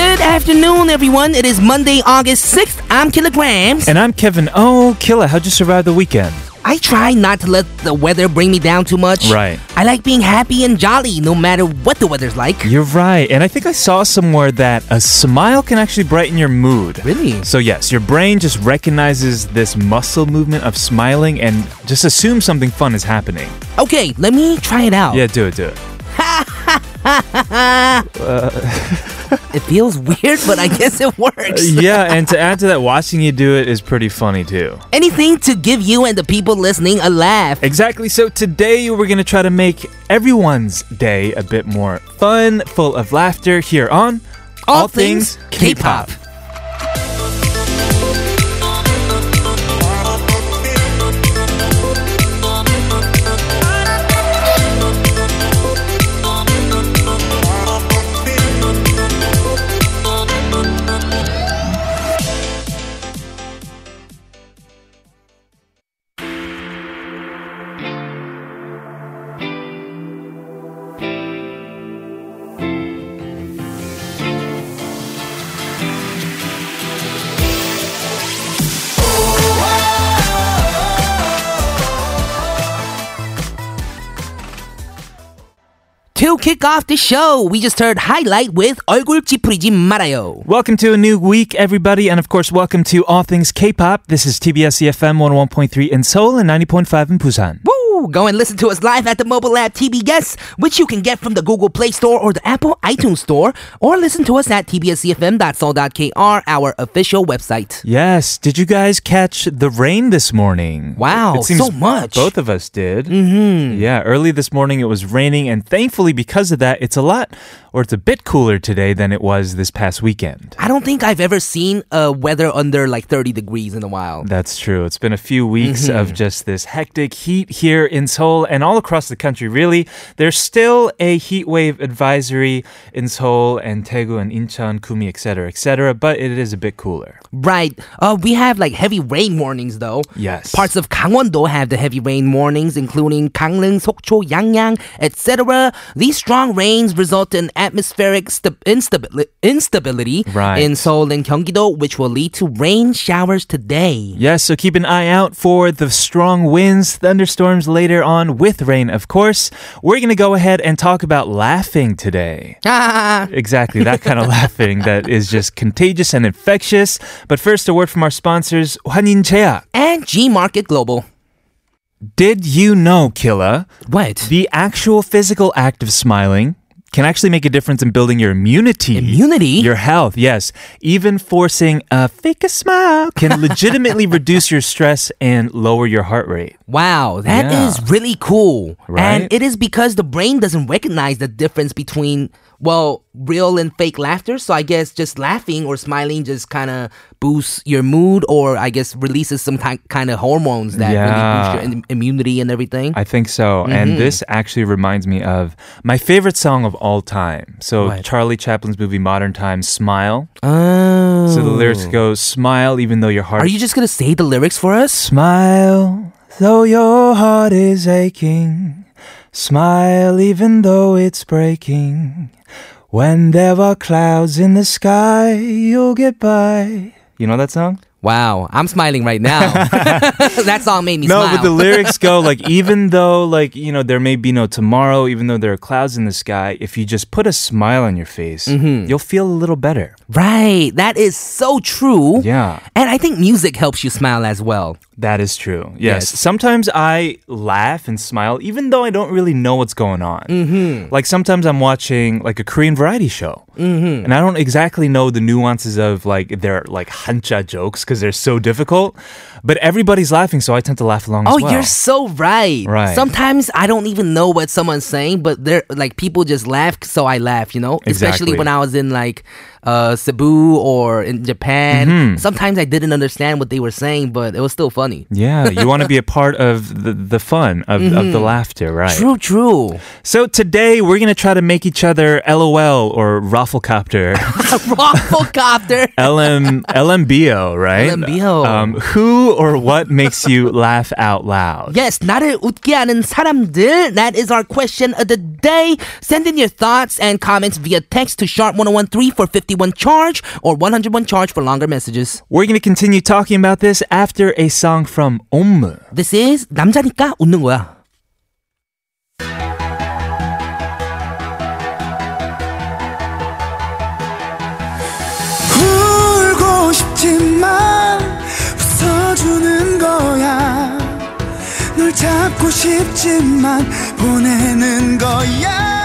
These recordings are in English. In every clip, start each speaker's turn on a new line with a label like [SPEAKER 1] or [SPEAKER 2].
[SPEAKER 1] afternoon, everyone. It is Monday, August 6th. I'm Kilograms.
[SPEAKER 2] And I'm Kevin. Oh, Killer, how'd you survive the weekend?
[SPEAKER 1] I try not to let the weather bring me down too much.
[SPEAKER 2] Right.
[SPEAKER 1] I like being happy and jolly no matter what the weather's like.
[SPEAKER 2] You're right. And I think I saw somewhere that a smile can actually brighten your mood.
[SPEAKER 1] Really?
[SPEAKER 2] So, yes, your brain just recognizes this muscle movement of smiling and just assumes something fun is happening.
[SPEAKER 1] Okay, let me try it out.
[SPEAKER 2] Yeah, do it, do it.
[SPEAKER 1] It feels weird, but I guess it works.
[SPEAKER 2] yeah, and to add to that, watching you do it is pretty funny too.
[SPEAKER 1] Anything to give you and the people listening a laugh.
[SPEAKER 2] Exactly. So today we're going to try to make everyone's day a bit more fun, full of laughter here on
[SPEAKER 1] All Things K-Pop. To kick off the show, we just heard Highlight with 얼굴 찌푸리지 말아요.
[SPEAKER 2] Welcome to a new week, everybody, and of course, welcome to All Things K-Pop. This is TBS EFM 101.3 in Seoul and 90.5 in Busan.
[SPEAKER 1] Woo! Go and listen to us live at the mobile app TBS, which you can get from the Google Play Store or the Apple iTunes Store, or listen to us at tbscfm.soul.kr, our official website.
[SPEAKER 2] Yes, did you guys catch the rain this morning?
[SPEAKER 1] Wow,
[SPEAKER 2] it seems
[SPEAKER 1] so much.
[SPEAKER 2] Both of us did. Mm-hmm. Yeah, early this morning it was raining, and thankfully, because of that, it's a lot or it's a bit cooler today than it was this past weekend.
[SPEAKER 1] I don't think I've ever seen uh, weather under like 30 degrees in a while.
[SPEAKER 2] That's true. It's been a few weeks of just this hectic heat here in Seoul and all across the country, really. There's still a heat wave advisory in Seoul and Daegu and Incheon, Gumi, etc., etc., but it is a bit cooler.
[SPEAKER 1] Right. Uh, we have like heavy rain warnings though.
[SPEAKER 2] Yes.
[SPEAKER 1] Parts of Gangwon-do have the heavy rain warnings, including Gangneung, Sokcho, Yangyang, etc. These strong rains result in atmospheric sta- instabili- instability
[SPEAKER 2] Right.
[SPEAKER 1] in Seoul and Gyeonggi-do, which will lead to rain showers today.
[SPEAKER 2] Yes, so keep an eye out for the strong winds, thunderstorms later on with rain, of course. We're going to go ahead and talk about laughing today.
[SPEAKER 1] Ah,
[SPEAKER 2] Exactly, that kind of laughing that is just contagious and infectious. But first, a word from our sponsors, Hwanin Cheak.
[SPEAKER 1] and G Market Global.
[SPEAKER 2] Did you know, Killa,
[SPEAKER 1] What?
[SPEAKER 2] the actual physical act of smiling can actually make a difference in building your immunity?
[SPEAKER 1] Immunity?
[SPEAKER 2] Your health, yes. Even forcing a fake a smile can legitimately reduce your stress and lower your heart rate.
[SPEAKER 1] Wow, that
[SPEAKER 2] Yeah.
[SPEAKER 1] is really cool. And
[SPEAKER 2] Right?
[SPEAKER 1] it is because the brain doesn't recognize the difference between, well, real and fake laughter. So I guess just laughing or smiling just kind of boosts your mood or I guess releases some kind of hormones that
[SPEAKER 2] Yeah.
[SPEAKER 1] really boost your im- immunity and everything.
[SPEAKER 2] I think so. And this actually reminds me of my favorite song of all time. So,
[SPEAKER 1] What?
[SPEAKER 2] Charlie Chaplin's movie Modern Times, Smile.
[SPEAKER 1] oh.
[SPEAKER 2] So the lyrics go, Smile even though your heart
[SPEAKER 1] Are you just going to say the lyrics for us?
[SPEAKER 2] Smile, though your heart is aching. Smile, even though it's breaking. When there are clouds in the sky, you'll get by. You know that song?
[SPEAKER 1] Wow, I'm smiling right now. that song made me
[SPEAKER 2] No,
[SPEAKER 1] smile.
[SPEAKER 2] but the lyrics go like, even though, like, you know, there may be no tomorrow, even though there are clouds in the sky, if you just put a smile on your face, you'll feel a little better.
[SPEAKER 1] right, that is so true.
[SPEAKER 2] Yeah.
[SPEAKER 1] And I think music helps you smile as well.
[SPEAKER 2] That is true. Yes.
[SPEAKER 1] Yes.
[SPEAKER 2] Sometimes I laugh and smile even though I don't really know what's going on. Mm-hmm. Like sometimes I'm watching like a Korean variety show mm-hmm. and I don't exactly know the nuances of like their like hancha jokes because they're so difficult, but everybody's laughing so I tend to laugh along
[SPEAKER 1] Oh,
[SPEAKER 2] as well.
[SPEAKER 1] you're so right.
[SPEAKER 2] Right.
[SPEAKER 1] Sometimes I don't even know what someone's saying, but they're like people just laugh, so I laugh. You know, especially
[SPEAKER 2] Exactly.
[SPEAKER 1] when I was in like uh, Cebu or in Japan.
[SPEAKER 2] Mm-hmm.
[SPEAKER 1] Sometimes I didn't understand what they were saying, but it was still funny.
[SPEAKER 2] yeah, you want to be a part of the, the fun of, of the laughter, right?
[SPEAKER 1] True, true.
[SPEAKER 2] So today we're going to try to make each other LOL or Rafflecopter.
[SPEAKER 1] Rafflecopter.
[SPEAKER 2] LM LMBO, right?
[SPEAKER 1] LMBO.
[SPEAKER 2] Um, who or what makes you laugh out loud?
[SPEAKER 1] Yes, 나를 웃게 하는 사람들. That is our question of the day. Send in your thoughts and comments via text to sharp1013 for 51 181 charge or 101 charge for longer messages.
[SPEAKER 2] We're going to continue talking about this after a song from Ommu.
[SPEAKER 1] This is 남자니까 웃는 거야.
[SPEAKER 3] 울고 싶지만 웃어주는 거야 널 잡고 싶지만 보내는 거야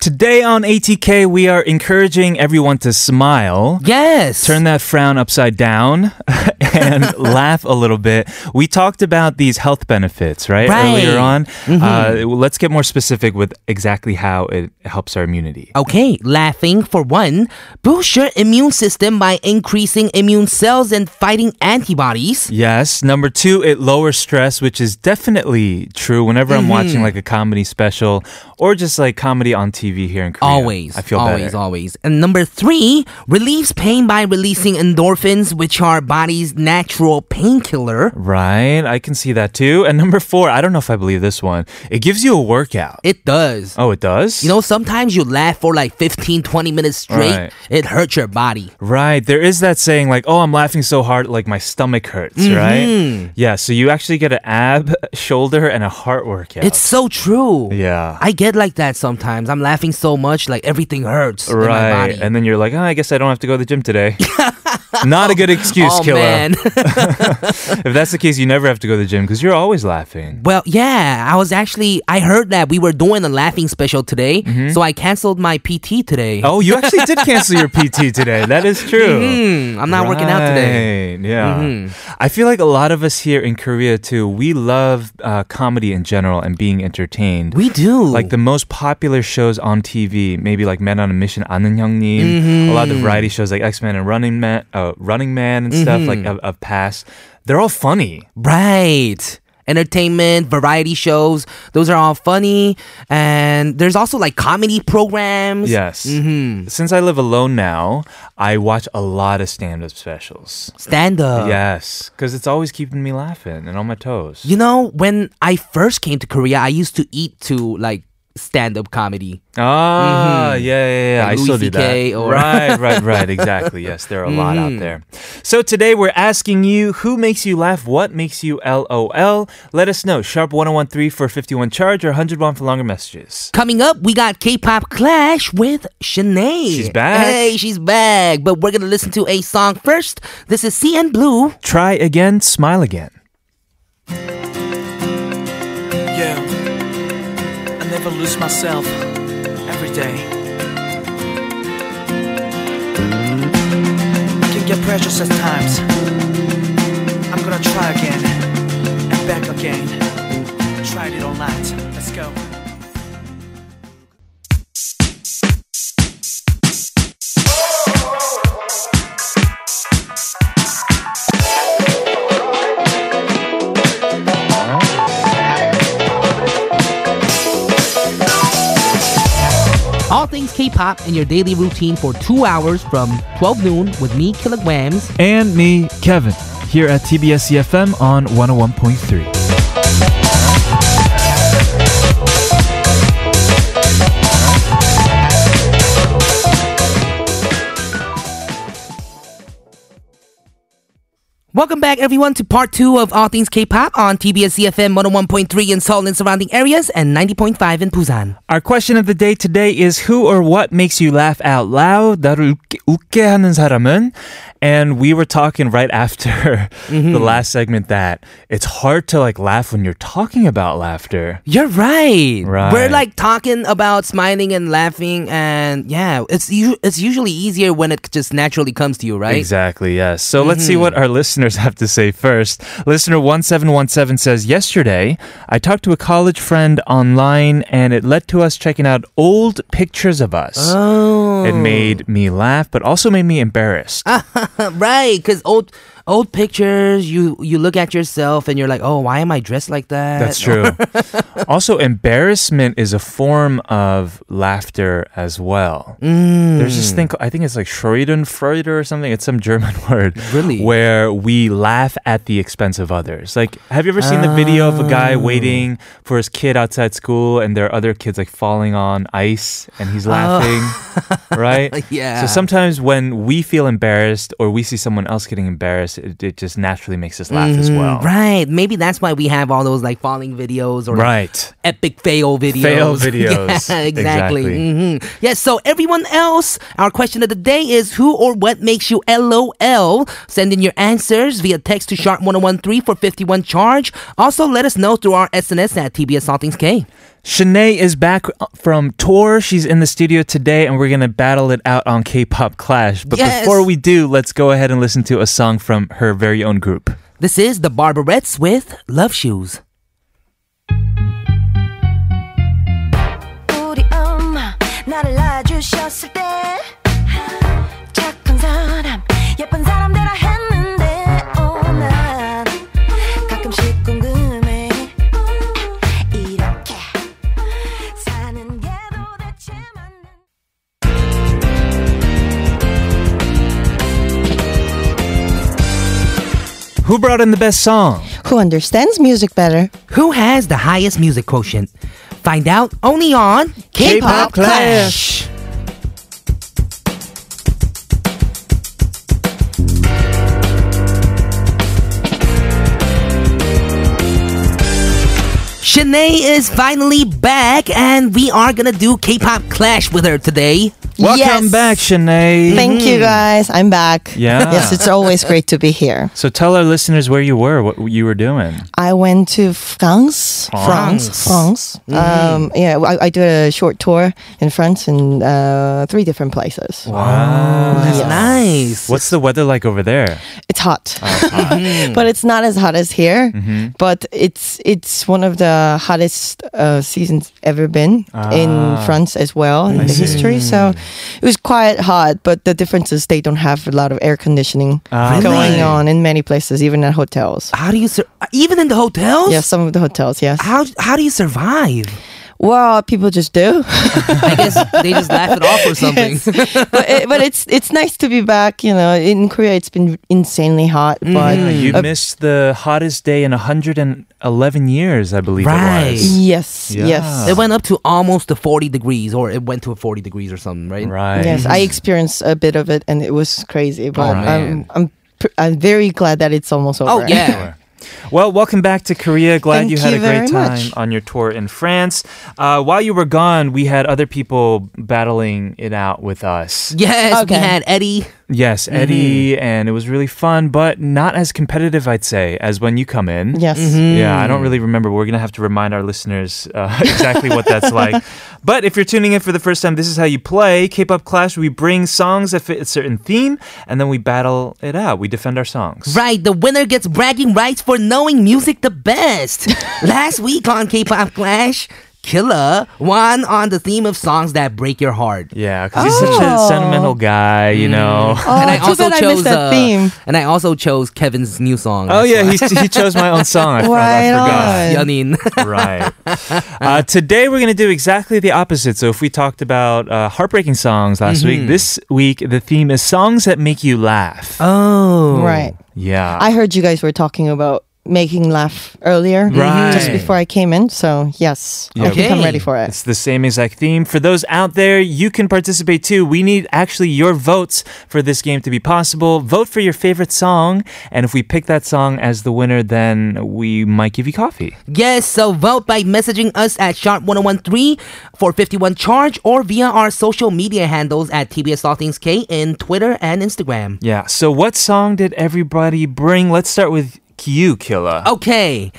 [SPEAKER 2] Today on ATK, we are encouraging everyone to smile.
[SPEAKER 1] Yes.
[SPEAKER 2] Turn that frown upside down and laugh a little bit. We talked about these health benefits, right?
[SPEAKER 1] Right.
[SPEAKER 2] Earlier on. Uh, let's get more specific with exactly how it helps our immunity.
[SPEAKER 1] Okay, laughing for one, boost your immune system by increasing immune cells and fighting antibodies.
[SPEAKER 2] Yes. Number two, it lowers stress, which is definitely true whenever
[SPEAKER 1] Mm-hmm.
[SPEAKER 2] I'm watching like a comedy special or just like comedy on TV here in Korea.
[SPEAKER 1] Always,
[SPEAKER 2] I feel
[SPEAKER 1] always,
[SPEAKER 2] better.
[SPEAKER 1] always. And number three, relieves pain by releasing endorphins, which are body's natural painkiller.
[SPEAKER 2] Right. I can see that too. And number four, I don't know if I believe this one. It gives you a workout.
[SPEAKER 1] It does.
[SPEAKER 2] Oh, it does?
[SPEAKER 1] You know, sometimes you laugh for like 15, 20 minutes straight.
[SPEAKER 2] Right.
[SPEAKER 1] It hurts your body.
[SPEAKER 2] Right. There is that saying like, oh, I'm laughing so hard, like my stomach hurts,
[SPEAKER 1] Mm-hmm.
[SPEAKER 2] right? Yeah. So you actually get an ab, shoulder, and a heart workout.
[SPEAKER 1] It's so true.
[SPEAKER 2] yeah.
[SPEAKER 1] I get like that sometimes. I'm laughing so much, like everything hurts in my
[SPEAKER 2] right.
[SPEAKER 1] body.
[SPEAKER 2] And then you're like, oh, I guess I don't have to go to the gym today. Not a good excuse,
[SPEAKER 1] oh
[SPEAKER 2] killer.
[SPEAKER 1] man.
[SPEAKER 2] If that's the case, you never have to go to the gym because you're always laughing.
[SPEAKER 1] Well, yeah, I was actually I heard that we were doing a laughing special today, so I canceled my PT today.
[SPEAKER 2] Mm-hmm. Oh, you actually did cancel your PT today. That is true.
[SPEAKER 1] Mm, I'm not working out today.
[SPEAKER 2] Right, Yeah. I feel like a lot of us here in Korea, too, we love uh, comedy in general and being entertained.
[SPEAKER 1] We do.
[SPEAKER 2] like the most popular shows on TV, maybe like Men on a Mission, 아는 형님, a lot of the variety shows like X Men and Running Man, uh, Running Man and stuff like of, of past. They're all funny.
[SPEAKER 1] right. Entertainment, variety shows, those are all funny. And there's also like comedy programs.
[SPEAKER 2] Yes. Mm-hmm. Since I live alone now, I watch a lot of stand-up specials.
[SPEAKER 1] Stand up.
[SPEAKER 2] yes, because Uh, it's always keeping me laughing and on my toes.
[SPEAKER 1] You know, when I first came to Korea, I used to eat to like stand up comedy.
[SPEAKER 2] Ah, yeah, yeah, yeah.
[SPEAKER 1] Mm-hmm. Like
[SPEAKER 2] I
[SPEAKER 1] Louis
[SPEAKER 2] still do
[SPEAKER 1] CK
[SPEAKER 2] that.
[SPEAKER 1] or- Mm-hmm.
[SPEAKER 2] Right, right, right. Exactly. Yes, there are a lot out there. So today we're asking you who makes you laugh, what makes you LOL. Let us know. Sharp 1013 for 51 charge or 101 for longer messages.
[SPEAKER 1] Coming up, we got K-pop Clash with Shanae.
[SPEAKER 2] She's back.
[SPEAKER 1] Hey, she's back. But we're gonna listen to a song first. This is CN Blue.
[SPEAKER 2] Try again, smile again.
[SPEAKER 4] Yeah. I never lose myself every day. I can get precious at times. I'm gonna try again and back again. Tried it all night. Let's go.
[SPEAKER 1] All things K-pop in your daily routine for two hours from 12 noon with me, Kilograms.
[SPEAKER 2] And me, Kevin, here at TBS EFM E on 101.3.
[SPEAKER 1] Welcome back, everyone, to part two of All Things K-pop on TBS CFM 101.3 in Seoul and surrounding areas and 90.5 in Busan.
[SPEAKER 2] Our question of the day today is who or what makes you laugh out loud? 나를 웃게, 웃게 하는 사람은? And we were talking right after
[SPEAKER 1] Mm-hmm.
[SPEAKER 2] the last segment that it's hard to like laugh when you're talking about laughter.
[SPEAKER 1] You're right.
[SPEAKER 2] Right.
[SPEAKER 1] We're like talking about smiling and laughing, and yeah, it's u- it's usually easier when it just naturally comes to you, right? Mm-hmm.
[SPEAKER 2] Exactly, yes. So let's see what our listeners have to say first. Listener 1717 says, Yesterday, I talked to a college friend online and it led to us checking out old pictures of us.
[SPEAKER 1] Oh,
[SPEAKER 2] It made me laugh, but also made me embarrassed.
[SPEAKER 1] right. Because old old pictures, you you look at yourself and you're like, oh, why am I dressed like that?
[SPEAKER 2] That's true. also, embarrassment is a form of laughter as well. There's this
[SPEAKER 1] Mm.
[SPEAKER 2] thing, ca- I think it's like Schadenfreude or something. It's some German word.
[SPEAKER 1] Really?
[SPEAKER 2] Where we laugh at the expense of others. Like, have you ever seen the video of a guy
[SPEAKER 1] Oh.
[SPEAKER 2] waiting for his kid outside school and there are other kids like falling on ice and he's laughing, right?
[SPEAKER 1] Oh. Yeah.
[SPEAKER 2] So sometimes when we feel embarrassed or we see someone else getting embarrassed, it, it just naturally makes us laugh as well.
[SPEAKER 1] Mm-hmm. Mm, Right. Maybe that's why we have all those like falling videos or like,
[SPEAKER 2] Right.
[SPEAKER 1] epic fail videos.
[SPEAKER 2] Fail videos.
[SPEAKER 1] yeah, exactly.
[SPEAKER 2] Exactly.
[SPEAKER 1] hmm Yes. So everyone else, our question of the day is who or what makes you LOL? Send in your answers via text to sharp 1013 for 51 charge. Also, let us know through our SNS at TBS All Things K.
[SPEAKER 2] Shanae is back from tour. She's in the studio today, and we're going to battle it out on K pop Clash. But
[SPEAKER 1] Yes.
[SPEAKER 2] before we do, let's go ahead and listen to a song from her very own group.
[SPEAKER 1] This is the Barbarettes with Love Shoes.
[SPEAKER 5] 우리 엄마 나를 낳아주셨을 때 착한 사람 예쁜 사람 되라 했는데 어, 오난 가끔씩 궁금해 이렇게 사는 게 도대체 맞는
[SPEAKER 2] Who brought in the best song?
[SPEAKER 6] Who understands music better?
[SPEAKER 1] Who has the highest music quotient? Find out only on
[SPEAKER 6] K-pop Clash.
[SPEAKER 1] Shanae is finally back, and we are gonna do K-pop Clash with her today.
[SPEAKER 2] Welcome
[SPEAKER 6] Yes.
[SPEAKER 2] back, Shanae.
[SPEAKER 6] Thank you guys. I'm back.
[SPEAKER 2] Yeah.
[SPEAKER 6] Yes, it's always great to be here.
[SPEAKER 2] so tell our listeners where you were, what you were doing.
[SPEAKER 6] I went to France. France. France.
[SPEAKER 2] Mm-hmm.
[SPEAKER 6] Um, yeah, I, I did a short tour in France in uh, three different places.
[SPEAKER 2] Wow.
[SPEAKER 1] That's
[SPEAKER 6] Yes.
[SPEAKER 1] nice.
[SPEAKER 2] What's the weather like over there?
[SPEAKER 6] It's hot, but it's not as hot as here. But it's it's one of the hottest uh, seasons ever been in France as well in the history. So it was quite hot, but the difference is they don't have a lot of air conditioning
[SPEAKER 2] Ah,
[SPEAKER 6] going
[SPEAKER 1] Really?
[SPEAKER 6] on in many places, even at hotels.
[SPEAKER 1] How do you sur- even in the hotels?
[SPEAKER 6] Yes, some of the hotels. Yes.
[SPEAKER 1] How how do you survive?
[SPEAKER 6] Well, people just do,
[SPEAKER 1] I guess they just laugh it off or something.
[SPEAKER 6] but, it, but it's it's nice to be back. You know, in Korea it's been insanely hot, but
[SPEAKER 2] You
[SPEAKER 6] uh,
[SPEAKER 2] missed the hottest day in 111 years, I believe
[SPEAKER 1] Right.
[SPEAKER 2] it was.
[SPEAKER 6] yes,
[SPEAKER 2] Yeah.
[SPEAKER 6] yes,
[SPEAKER 1] It went up to almost to 40 degrees, or it went to 40 degrees or something, right?
[SPEAKER 2] Right.
[SPEAKER 6] yes. I experienced a bit of it, and it was crazy. But
[SPEAKER 1] man.
[SPEAKER 6] I'm I'm pr- I'm very glad that it's almost
[SPEAKER 1] Oh,
[SPEAKER 6] over.
[SPEAKER 1] yeah.
[SPEAKER 2] Well, welcome back to Korea. Glad
[SPEAKER 6] Thank
[SPEAKER 2] you had a
[SPEAKER 6] you
[SPEAKER 2] great
[SPEAKER 6] very
[SPEAKER 2] time
[SPEAKER 6] much.
[SPEAKER 2] on your tour in France. Uh, while you were gone, we had other people battling it out with us.
[SPEAKER 1] Yes, we
[SPEAKER 6] Okay.
[SPEAKER 1] had Eddie.
[SPEAKER 2] Yes,
[SPEAKER 6] Mm-hmm.
[SPEAKER 2] Eddie, and it was really fun, but not as competitive, I'd say, as when you come in.
[SPEAKER 6] yes. Mm.
[SPEAKER 2] Yeah, I don't really remember. We're going to have to remind our listeners uh, exactly what that's like. But if you're tuning in for the first time, this is how you play K pop Clash. We bring songs that fit a certain theme, and then we battle it out. We defend our songs.
[SPEAKER 1] Right, the winner gets bragging rights for knowing music the best. Last week on K-pop Clash, Killa won on the theme of songs that break your heart.
[SPEAKER 2] Yeah, because he's such a
[SPEAKER 6] Oh.
[SPEAKER 2] sentimental guy, you know.
[SPEAKER 6] Oh, too bad I missed that theme.
[SPEAKER 1] uh, and I also chose Kevin's new song.
[SPEAKER 2] Oh yeah, he, he chose my own song. I,
[SPEAKER 6] Right
[SPEAKER 2] forgot.
[SPEAKER 6] on.
[SPEAKER 1] Yeonin.
[SPEAKER 2] I forgot. Right. Uh, today we're gonna do exactly the opposite. So if we talked about uh, heartbreaking songs last week, this week the theme is songs that make you laugh.
[SPEAKER 1] Oh.
[SPEAKER 6] Right.
[SPEAKER 2] yeah.
[SPEAKER 6] I heard you guys were talking about making laugh earlier,
[SPEAKER 2] Right.
[SPEAKER 6] just before I came in. So yes, I
[SPEAKER 2] Yeah.
[SPEAKER 6] think I'm
[SPEAKER 1] Okay.
[SPEAKER 6] ready for it.
[SPEAKER 2] it's the same exact theme. For those out there, you can participate too. We need actually your votes for this game to be possible. Vote for your favorite song, and if we pick that song as the winner, then we might give you coffee.
[SPEAKER 1] Yes, so vote by messaging us at sharp1013 for 51 charge or via our social media handles at TBS All Things K in Twitter and Instagram.
[SPEAKER 2] Yeah. So, what song did everybody bring? Let's start with you, Killa.
[SPEAKER 1] Okay,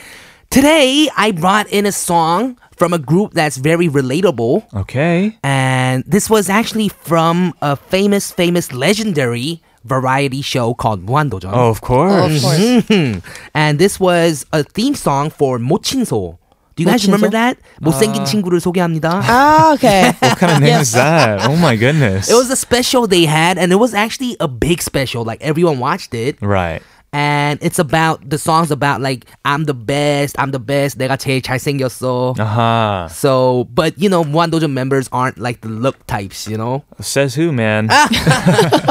[SPEAKER 1] today I brought in a song from a group that's very relatable.
[SPEAKER 2] Okay.
[SPEAKER 1] And this was actually from a famous, famous, legendary variety show called 무한도전.
[SPEAKER 2] Oh, of course.
[SPEAKER 6] Of course.
[SPEAKER 1] Mhm. And this was a theme song for 모친소. Do you guys
[SPEAKER 6] 모친소?
[SPEAKER 1] remember that? 못생긴 친구를 소개합니다.
[SPEAKER 6] Ah, okay.
[SPEAKER 2] What kind of name is that? Oh my goodness.
[SPEAKER 1] It was a special they had, and it was actually a big special. Like everyone watched it,
[SPEAKER 2] right.
[SPEAKER 1] and it's about the songs about like I'm the best, I'm the best, 내가 제일 잘생겼어.
[SPEAKER 2] Uh-huh.
[SPEAKER 1] So, but you know, One Dojo members aren't like the look types, you know.
[SPEAKER 2] Says who, man?
[SPEAKER 1] Ah.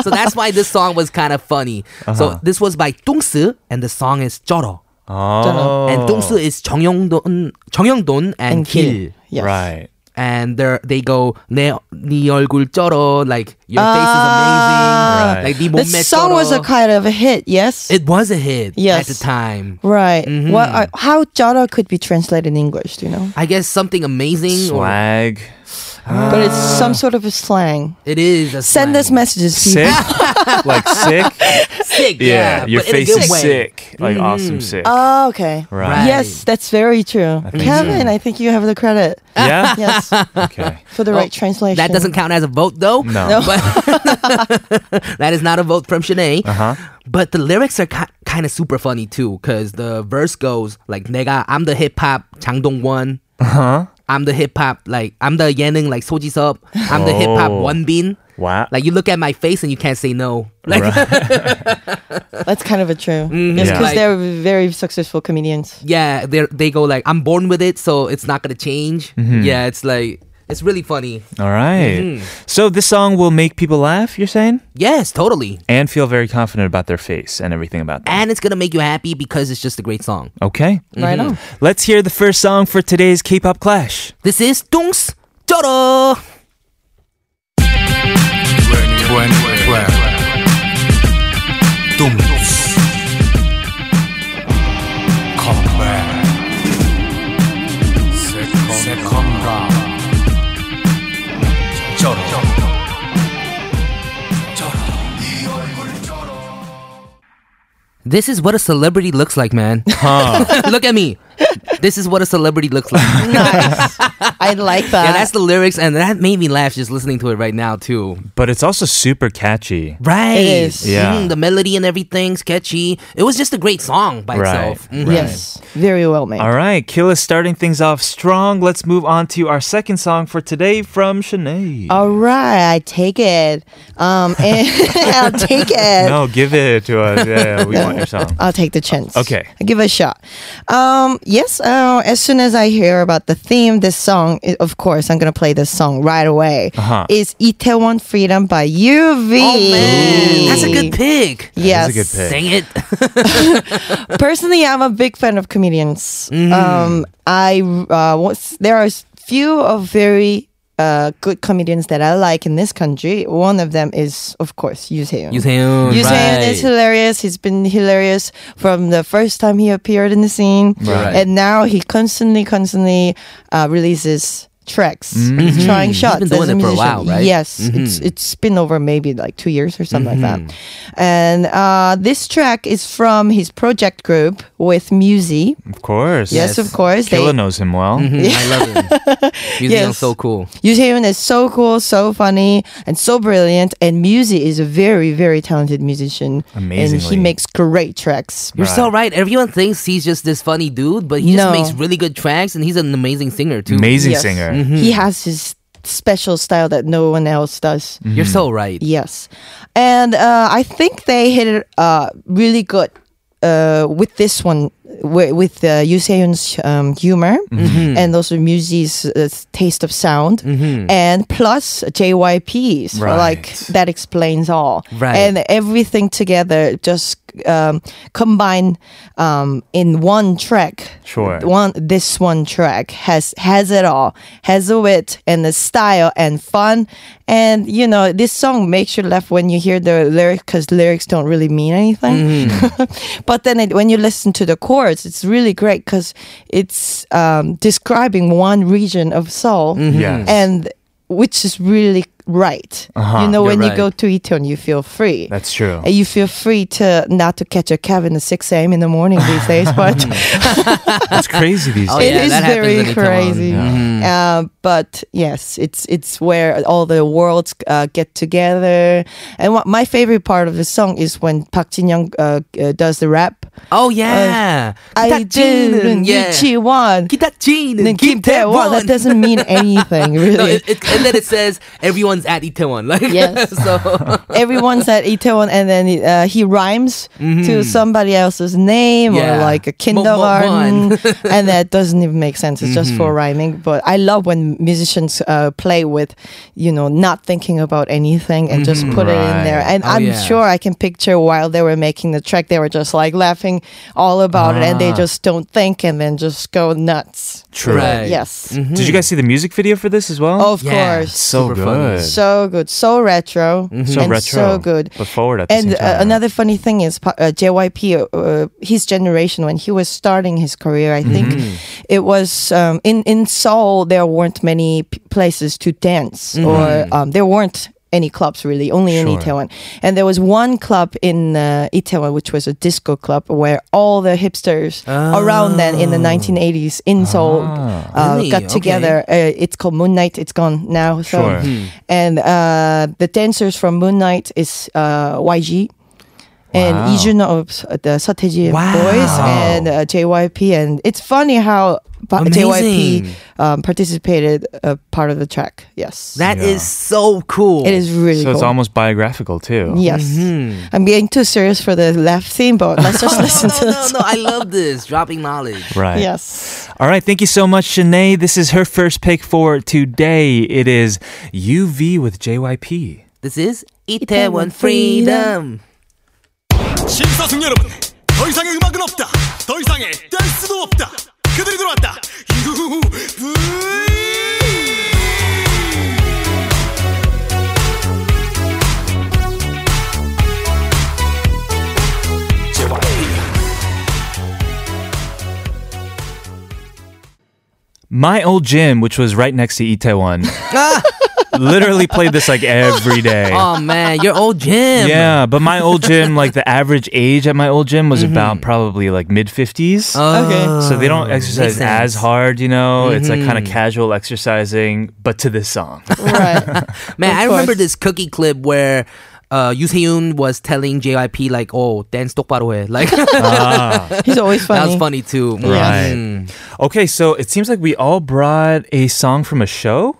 [SPEAKER 1] so that's why this song was kind of funny. So this was by Dongsu, and the song is Joro.
[SPEAKER 2] oh.
[SPEAKER 1] And Dongsu is 정영돈, 정영돈 and,
[SPEAKER 6] And
[SPEAKER 1] Gil.
[SPEAKER 6] Gil. Yes.
[SPEAKER 2] Right.
[SPEAKER 1] And they they go 내 네 얼굴 쩔어 like your face is
[SPEAKER 6] Ah.
[SPEAKER 1] amazing.
[SPEAKER 2] Right.
[SPEAKER 1] Like 네
[SPEAKER 6] The
[SPEAKER 1] 몸매
[SPEAKER 6] song was a
[SPEAKER 1] 쩔어.
[SPEAKER 6] kind of a hit, yes?
[SPEAKER 1] It was a hit
[SPEAKER 6] Yes.
[SPEAKER 1] at the time.
[SPEAKER 6] right. What are, how Jara could be translated in English, do you know?
[SPEAKER 1] I guess something amazing. Or
[SPEAKER 2] Swag.
[SPEAKER 6] but it's some sort of a slang.
[SPEAKER 1] it is. A
[SPEAKER 6] Send us
[SPEAKER 1] slang.
[SPEAKER 6] messages, people.
[SPEAKER 2] Sick? like sick?
[SPEAKER 1] Sick.
[SPEAKER 2] Yeah.
[SPEAKER 1] Yeah.
[SPEAKER 2] Your
[SPEAKER 1] but in a
[SPEAKER 2] face
[SPEAKER 1] good
[SPEAKER 2] is
[SPEAKER 1] way. Mm-hmm. Uh,
[SPEAKER 2] sick. Like awesome sick.
[SPEAKER 6] Oh, okay.
[SPEAKER 2] Right.
[SPEAKER 6] Yes, that's very true. Kevin, I think you have the credit.
[SPEAKER 2] yeah?
[SPEAKER 6] Yes,
[SPEAKER 2] Okay.
[SPEAKER 6] for the right translation.
[SPEAKER 1] That doesn't count as a vote though.
[SPEAKER 2] No.
[SPEAKER 1] That is not a vote from Shanae.
[SPEAKER 2] Uh-huh.
[SPEAKER 1] But the lyrics are ki- kind of super funny too, because the verse goes like, "내가 I'm the hip hop Chang Dong Won.
[SPEAKER 2] Uh-huh.
[SPEAKER 1] I'm the hip hop like I'm the yening like So Ji Sub. I'm the hip hop
[SPEAKER 2] Oh.
[SPEAKER 1] Won Bin.
[SPEAKER 2] Wow.
[SPEAKER 1] Like you look at my face and you can't say no. Like
[SPEAKER 2] Right.
[SPEAKER 6] That's kind of a true. Yes,
[SPEAKER 2] Yeah.
[SPEAKER 6] because
[SPEAKER 1] Like-
[SPEAKER 6] they're very successful comedians.
[SPEAKER 1] yeah, they they go like I'm born with it, so it's not gonna change.
[SPEAKER 2] Mm-hmm.
[SPEAKER 1] Yeah, it's like it's really funny.
[SPEAKER 2] All right.
[SPEAKER 1] Mm-hmm.
[SPEAKER 2] So this song will make people laugh, you're saying?
[SPEAKER 1] Yes, totally.
[SPEAKER 2] And feel very confident about their face and everything about them.
[SPEAKER 1] And it's gonna make you happy because it's just a great song.
[SPEAKER 2] Okay.
[SPEAKER 6] Right on.
[SPEAKER 2] Let's hear the first song for today's K-pop clash.
[SPEAKER 1] This is Dongs Joro. This is what a celebrity looks like, man. Look at me. This is what a celebrity looks like. yeah,
[SPEAKER 6] Nice. I like that.
[SPEAKER 1] that's the lyrics, and that made me laugh just listening to it right now too.
[SPEAKER 2] But it's also super catchy.
[SPEAKER 1] Right.
[SPEAKER 6] It is.
[SPEAKER 2] Yeah.
[SPEAKER 1] Mhm, the melody and everything's catchy. It was just a great song by
[SPEAKER 2] Right.
[SPEAKER 1] itself. Mhm.
[SPEAKER 6] yes, very well made.
[SPEAKER 2] All right, Kill is starting things off strong. Let's move on to our second song for today from Shanae.
[SPEAKER 6] All right, I take it. Um, and I'll take it.
[SPEAKER 2] no, give it to us. Yeah, we want your song.
[SPEAKER 6] I'll take the chance.
[SPEAKER 2] Okay.
[SPEAKER 6] I'll give it a shot. Um, yes, uh, as soon as I hear about the theme, this song, i- of course, I'm going to play this song right away.
[SPEAKER 2] Uh-huh.
[SPEAKER 6] It's Itaewon Freedom by UV.
[SPEAKER 1] Oh man, that's a good pick.
[SPEAKER 6] Yes.
[SPEAKER 2] That is a good pick.
[SPEAKER 1] Sing it.
[SPEAKER 6] Personally, I'm a big fan of comedians.
[SPEAKER 1] Mm.
[SPEAKER 6] Um, I uh, was, there are s- few of very uh, good comedians that I like in this country. One of them is, of course, Yoon
[SPEAKER 1] You sound
[SPEAKER 6] Yuseon
[SPEAKER 1] right.
[SPEAKER 6] is hilarious. He's been hilarious from the first time he appeared in the scene,
[SPEAKER 1] Right.
[SPEAKER 6] and now he constantly, constantly uh, releases tracks, He's trying shots.
[SPEAKER 1] Mm-hmm. been doing it
[SPEAKER 6] as a
[SPEAKER 1] for a
[SPEAKER 6] musician.
[SPEAKER 1] while, right? Mm-hmm.
[SPEAKER 6] Yes, it's it's been over maybe like two years or something like that. And uh, this track is from his project group with Musi.
[SPEAKER 2] Of course.
[SPEAKER 6] Yes, of course. Mm-hmm.
[SPEAKER 2] Killa knows him well.
[SPEAKER 1] Mhm, I love him. You sound
[SPEAKER 6] Yes.
[SPEAKER 1] so cool.
[SPEAKER 6] Yoon is so cool, so funny, and so brilliant. And Musi is a very, very talented musician, and
[SPEAKER 2] Amazingly.
[SPEAKER 6] he makes great tracks.
[SPEAKER 1] You're so right. Everyone thinks he's just this funny dude, but he
[SPEAKER 6] No.
[SPEAKER 1] just makes really good tracks, and he's an amazing singer too.
[SPEAKER 2] Amazing
[SPEAKER 6] Yes. Mm-hmm.
[SPEAKER 2] singer.
[SPEAKER 6] He has his special style that no one else does.
[SPEAKER 2] Mm-hmm.
[SPEAKER 1] You're so right.
[SPEAKER 6] Yes. And uh, I think they hit it uh, really good uh, with this one, wi- with uh, Yuseon's um, humor
[SPEAKER 2] Mm-hmm.
[SPEAKER 6] and also Muzi's uh, taste of sound. And plus JYP. So,
[SPEAKER 2] Right.
[SPEAKER 6] like, that explains all.
[SPEAKER 1] Right.
[SPEAKER 6] And everything together just um, combined um, in one track
[SPEAKER 2] Sure.
[SPEAKER 6] one this one track has has it all has a wit and the style and fun and you know this song makes you laugh when you hear the lyrics because lyrics don't really mean
[SPEAKER 1] Mm.
[SPEAKER 6] anything but then it, when you listen to the chords it's really great because it's um, describing one region of seoul
[SPEAKER 1] Mm.
[SPEAKER 2] Yes.
[SPEAKER 6] and which is really right you know
[SPEAKER 1] Uh-huh, You're
[SPEAKER 6] when you
[SPEAKER 1] right.
[SPEAKER 6] go to Itaewon you feel free
[SPEAKER 2] That's true.
[SPEAKER 6] and you feel free to not to catch a cab in the 6 a.m. in the morning these days, but
[SPEAKER 2] That's crazy these
[SPEAKER 1] Oh,
[SPEAKER 2] days.
[SPEAKER 6] it
[SPEAKER 1] yeah,
[SPEAKER 6] is
[SPEAKER 1] that happens
[SPEAKER 6] very
[SPEAKER 1] in Itaewon.
[SPEAKER 6] crazy.
[SPEAKER 1] Mm-hmm.
[SPEAKER 6] Uh, but yes, it's it's where all the worlds uh, get together. And what my favorite part of the song is when Park Jin Young uh, uh, does the rap.
[SPEAKER 1] Oh yeah.
[SPEAKER 6] uh, 아이들은
[SPEAKER 1] yeah.
[SPEAKER 6] 유치원
[SPEAKER 1] 기타치는
[SPEAKER 6] 는 김태원. That doesn't mean anything, really.
[SPEAKER 1] No, it, it, and then it says everyone's at Itaewon. Like
[SPEAKER 6] Yes.
[SPEAKER 1] so.
[SPEAKER 6] Everyone's at Itaewon, and then uh, he rhymes to somebody else's name
[SPEAKER 1] Mm-hmm. Yeah.
[SPEAKER 6] or like a
[SPEAKER 1] Mo- mo-
[SPEAKER 6] kindergarten,
[SPEAKER 1] one. Mm-hmm.
[SPEAKER 6] and that doesn't even make sense. It's just for rhyming. But I love when musicians uh, play with, you know, not thinking about anything and just put it in there.
[SPEAKER 2] Right.
[SPEAKER 6] And
[SPEAKER 1] Mm-hmm. Oh,
[SPEAKER 6] I'm
[SPEAKER 1] yeah.
[SPEAKER 6] sure I can picture while they were making the track, they were just like laughing all about it, and they
[SPEAKER 1] Ah.
[SPEAKER 6] just don't think and then just go nuts.
[SPEAKER 2] True.
[SPEAKER 1] Right.
[SPEAKER 6] Yes,
[SPEAKER 1] Mm-hmm.
[SPEAKER 2] Did you guys see the music video for this as well?
[SPEAKER 6] of
[SPEAKER 1] Yeah.
[SPEAKER 6] course.
[SPEAKER 2] so
[SPEAKER 1] Super
[SPEAKER 2] good.
[SPEAKER 1] funny.
[SPEAKER 6] Oh, So good, so retro,
[SPEAKER 1] Mm-hmm.
[SPEAKER 2] So
[SPEAKER 6] and
[SPEAKER 2] retro.
[SPEAKER 6] so good.
[SPEAKER 2] But forward at the
[SPEAKER 6] And
[SPEAKER 2] same time.
[SPEAKER 6] uh, another funny thing is pa- uh, JYP, uh, uh, his generation when he was starting his career, I think
[SPEAKER 2] Mm-hmm.
[SPEAKER 6] it was um, in in Seoul there weren't many p- places to dance
[SPEAKER 2] Mm-hmm.
[SPEAKER 6] or um, there weren't any clubs really, only in Itaewon. And there was one club in uh, Itaewon which was a disco club where all the hipsters
[SPEAKER 2] Ah.
[SPEAKER 6] around then in the 1980s in Seoul uh,
[SPEAKER 1] Really?
[SPEAKER 6] got
[SPEAKER 1] Okay.
[SPEAKER 6] together. Uh, it's called Moon Night. It's gone now. So
[SPEAKER 2] Sure.
[SPEAKER 6] and uh, the dancers from Moon Knight is uh, YG. And
[SPEAKER 2] Wow.
[SPEAKER 6] Ijun of the Sateji
[SPEAKER 1] Wow.
[SPEAKER 6] boys and uh, JYP, and it's funny how pa- JYP
[SPEAKER 1] Amazing.
[SPEAKER 6] um, participated uh, part of the track. Yes,
[SPEAKER 1] That is
[SPEAKER 2] Yeah.
[SPEAKER 1] so cool.
[SPEAKER 6] it is really
[SPEAKER 2] so it's
[SPEAKER 6] cool.
[SPEAKER 2] almost Mm-hmm. biographical too.
[SPEAKER 6] yes. I'm getting too serious for the left theme, but let's just listen
[SPEAKER 1] Mm-hmm. No,
[SPEAKER 6] to
[SPEAKER 1] no,
[SPEAKER 6] the
[SPEAKER 1] no, no. I love this. Dropping knowledge.
[SPEAKER 2] Right.
[SPEAKER 6] Yes,
[SPEAKER 2] All right. Thank you so much, Shanae. This is her first pick for today. It is UV with JYP.
[SPEAKER 1] This is Itaewon Freedom.
[SPEAKER 3] 심사숙 여러분 더 이상의 음악은 없다 더 이상의 댄스도 없다 그들이 들어왔다 UV
[SPEAKER 2] My old gym, which was right next to Itaewon, literally played this like every day.
[SPEAKER 1] Oh man, your old gym.
[SPEAKER 2] Yeah, but my old gym, like the average age at my old gym was about probably like mid 50s.
[SPEAKER 6] Okay.
[SPEAKER 2] so they don't exercise
[SPEAKER 1] sense.
[SPEAKER 2] as hard, you know? It's like kind of casual exercising, but to this song.
[SPEAKER 6] right.
[SPEAKER 1] Man,
[SPEAKER 6] Of
[SPEAKER 1] I remember
[SPEAKER 6] course.
[SPEAKER 1] this cookie clip where uh, Yoo Sehyun was telling JYP like, "Oh, dance 똑바로 해." Like
[SPEAKER 6] He's always
[SPEAKER 1] that was funny
[SPEAKER 6] funny.
[SPEAKER 1] too. Mm.
[SPEAKER 2] Right. Okay, so it seems like we all brought a song from a show.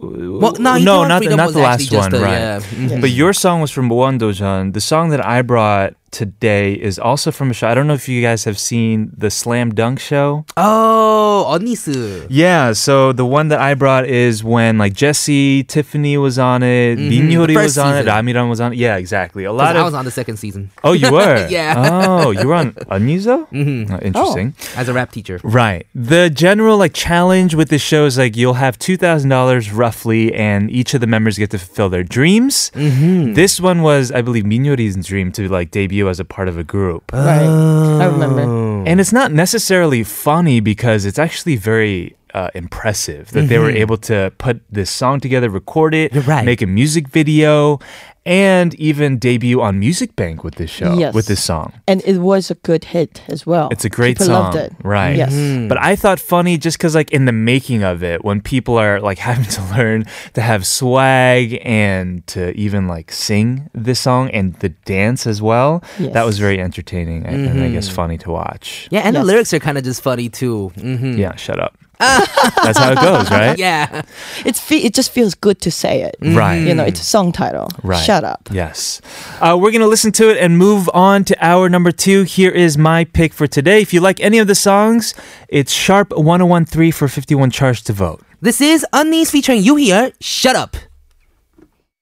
[SPEAKER 1] Well, no, Itaewon
[SPEAKER 2] no, not the,
[SPEAKER 1] Freedom
[SPEAKER 2] not
[SPEAKER 1] was
[SPEAKER 2] the
[SPEAKER 1] actually
[SPEAKER 2] last one,
[SPEAKER 1] just a-
[SPEAKER 2] right?
[SPEAKER 1] yeah. Mhm.
[SPEAKER 2] But your song was from Won Dojan. The song that I brought today is also from a show. I don't know if you guys have seen the Slam Dunk show.
[SPEAKER 1] Oh, 언니스.
[SPEAKER 2] Yeah, so the one that I brought is when like Jesse, Tiffany was on it, Min
[SPEAKER 1] The
[SPEAKER 2] Yori
[SPEAKER 1] first
[SPEAKER 2] was on it,
[SPEAKER 1] season.
[SPEAKER 2] Ramiran was on it. Yeah, exactly. A
[SPEAKER 1] 'Cause
[SPEAKER 2] lot
[SPEAKER 1] I was
[SPEAKER 2] of
[SPEAKER 1] on the second season
[SPEAKER 2] oh, you were
[SPEAKER 1] Yeah.
[SPEAKER 2] Oh, you were on Anmuso. Mm-hmm. interesting.
[SPEAKER 1] as a rap teacher.
[SPEAKER 2] Right. The general like challenge with this show is like you'll have two thousand dollars roughly, and each of the members get to fulfill their dreams. Mm-hmm. This one was, I believe, Minyori's dream to like debut as a part of a group,
[SPEAKER 6] right. I
[SPEAKER 2] Oh.
[SPEAKER 6] remember.
[SPEAKER 2] and it's not necessarily funny because it's actually very. Uh, impressive that they were able to put this song together, record it,
[SPEAKER 1] right.
[SPEAKER 2] make a music video, and even debut on Music Bank with this show,
[SPEAKER 6] Yes.
[SPEAKER 2] with this song.
[SPEAKER 6] And it was a good hit as well.
[SPEAKER 2] It's a great
[SPEAKER 6] People
[SPEAKER 2] song,
[SPEAKER 6] loved it.
[SPEAKER 2] right? Mm-hmm.
[SPEAKER 6] Yes.
[SPEAKER 2] But I thought funny just because, like, in the making of it, when people are like having to learn to have swag and to even like sing this song and the dance as well, that
[SPEAKER 6] Yes.
[SPEAKER 2] was very entertaining and, and I guess funny to watch.
[SPEAKER 1] Yeah, and the
[SPEAKER 6] Yes.
[SPEAKER 1] lyrics are kind of just funny too. hmm
[SPEAKER 2] Yeah, shut up. That's how it goes, right?
[SPEAKER 1] Yeah.
[SPEAKER 6] It's fe- it just feels good to say it.
[SPEAKER 2] Right.
[SPEAKER 6] You know, it's a song title.
[SPEAKER 2] Mm. Right.
[SPEAKER 6] Shut up.
[SPEAKER 2] Yes. Uh, we're going to listen to it and move on to hour number two. Here is my pick for today. If you like any of the songs, it's Sharp 1013 for 51 charge to vote.
[SPEAKER 1] This is Unnies featuring You Here. Shut up.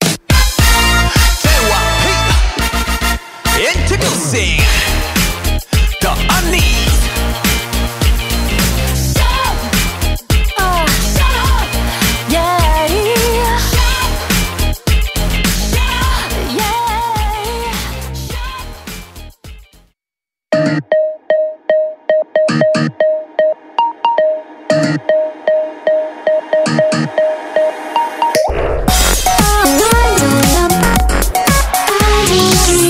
[SPEAKER 3] JYP Introducing The Unneed
[SPEAKER 5] Shut up. Uh, shut up. Yeah. Shut up. Yeah. Shut up.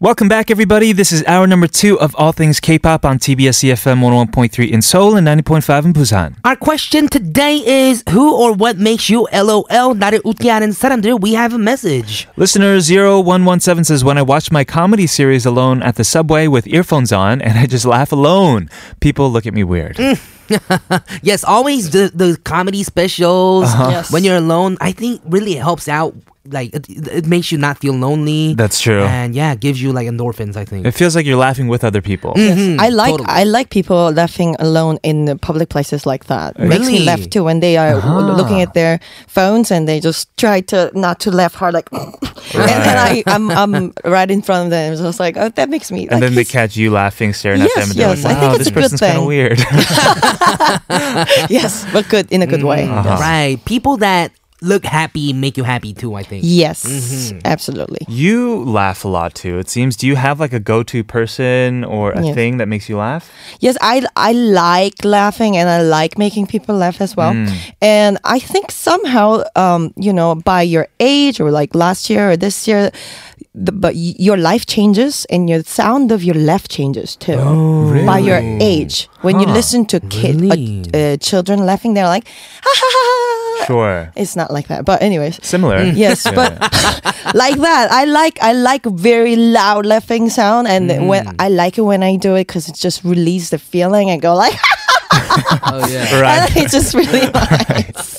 [SPEAKER 2] Welcome back, everybody. This is hour number two of All Things K-pop on TBS EFM 101.3 in Seoul and 90.5 in Busan.
[SPEAKER 1] Our question today is who or what makes you LOL 나를 웃게 하는 사람들 we have a message.
[SPEAKER 2] Listener 0117 says, When I watch my comedy series alone at the subway with earphones on and I just laugh alone, people look at me weird.
[SPEAKER 6] Mm.
[SPEAKER 1] Yes, always the, the comedy specials
[SPEAKER 2] Uh-huh.
[SPEAKER 6] Yes.
[SPEAKER 1] when you're alone, I think really it helps out like it, it makes you not feel lonely.
[SPEAKER 2] That's true.
[SPEAKER 1] And yeah, it gives you like endorphins, I think.
[SPEAKER 2] It feels like you're laughing with other people.
[SPEAKER 6] I like
[SPEAKER 1] totally.
[SPEAKER 6] I like people laughing alone in the public places like that. Makes me
[SPEAKER 1] Really?
[SPEAKER 6] laugh too when they are
[SPEAKER 2] Ah.
[SPEAKER 6] w looking at their phones and they just try to not to laugh hard like. and then I I'm, I'm right in front of them. It's just like oh that makes me.
[SPEAKER 2] And
[SPEAKER 6] like,
[SPEAKER 2] then they
[SPEAKER 6] this-
[SPEAKER 2] catch you laughing, staring
[SPEAKER 6] Yes,
[SPEAKER 2] at them, and they're
[SPEAKER 6] yes, I
[SPEAKER 2] like,
[SPEAKER 6] think
[SPEAKER 2] wow, this
[SPEAKER 6] it's a good
[SPEAKER 2] person's kind of
[SPEAKER 6] thing.
[SPEAKER 2] weird.
[SPEAKER 6] yes, but good in a good way.
[SPEAKER 2] Mm. uh-huh.
[SPEAKER 1] Right. People that look happy make you happy too, I think.
[SPEAKER 6] Yes,
[SPEAKER 2] Mm-hmm.
[SPEAKER 6] absolutely.
[SPEAKER 2] you laugh a lot too, it seems. Do you have like a go to person or a
[SPEAKER 6] Yeah.
[SPEAKER 2] thing that makes you laugh?
[SPEAKER 6] Yes, I I like laughing and I like making people laugh as well. And I think somehow, um, you know, by your age or like last year or this year, the, but y- your life changes and your sound of your laugh changes too. By your age, when you listen to kid
[SPEAKER 1] Really?
[SPEAKER 6] uh, uh, children laughing, they're like, ha ha ha. ha."
[SPEAKER 2] Sure.
[SPEAKER 6] It's not like that, but anyways.
[SPEAKER 2] Similar.
[SPEAKER 6] Yes, but like that, I like I like very loud laughing sound, and
[SPEAKER 2] Mm.
[SPEAKER 6] when I like it when I do it because it just releases the feeling. I go like,
[SPEAKER 1] Oh yeah.
[SPEAKER 2] Right.
[SPEAKER 6] it's just really nice.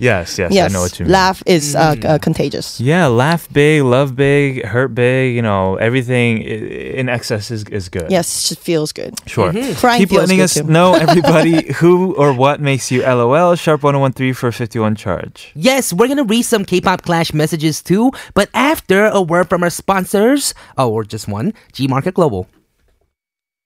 [SPEAKER 2] Yes, yes,
[SPEAKER 6] Yes,
[SPEAKER 2] I know what you mean.
[SPEAKER 6] laugh is uh, c- uh, contagious.
[SPEAKER 2] Yeah, laugh big, love big, hurt big, you know, everything i- in excess is, is good.
[SPEAKER 6] Yes, it feels good.
[SPEAKER 2] Sure.
[SPEAKER 6] Crying
[SPEAKER 2] Keep
[SPEAKER 6] feels
[SPEAKER 2] letting
[SPEAKER 6] good
[SPEAKER 2] us
[SPEAKER 6] too.
[SPEAKER 2] know, everybody, who or what makes you LOL. Sharp 1013 for 51 charge.
[SPEAKER 1] Yes, we're gonna read some K-pop Clash messages too, but after a word from our sponsors, oh, or just one, G Market Global.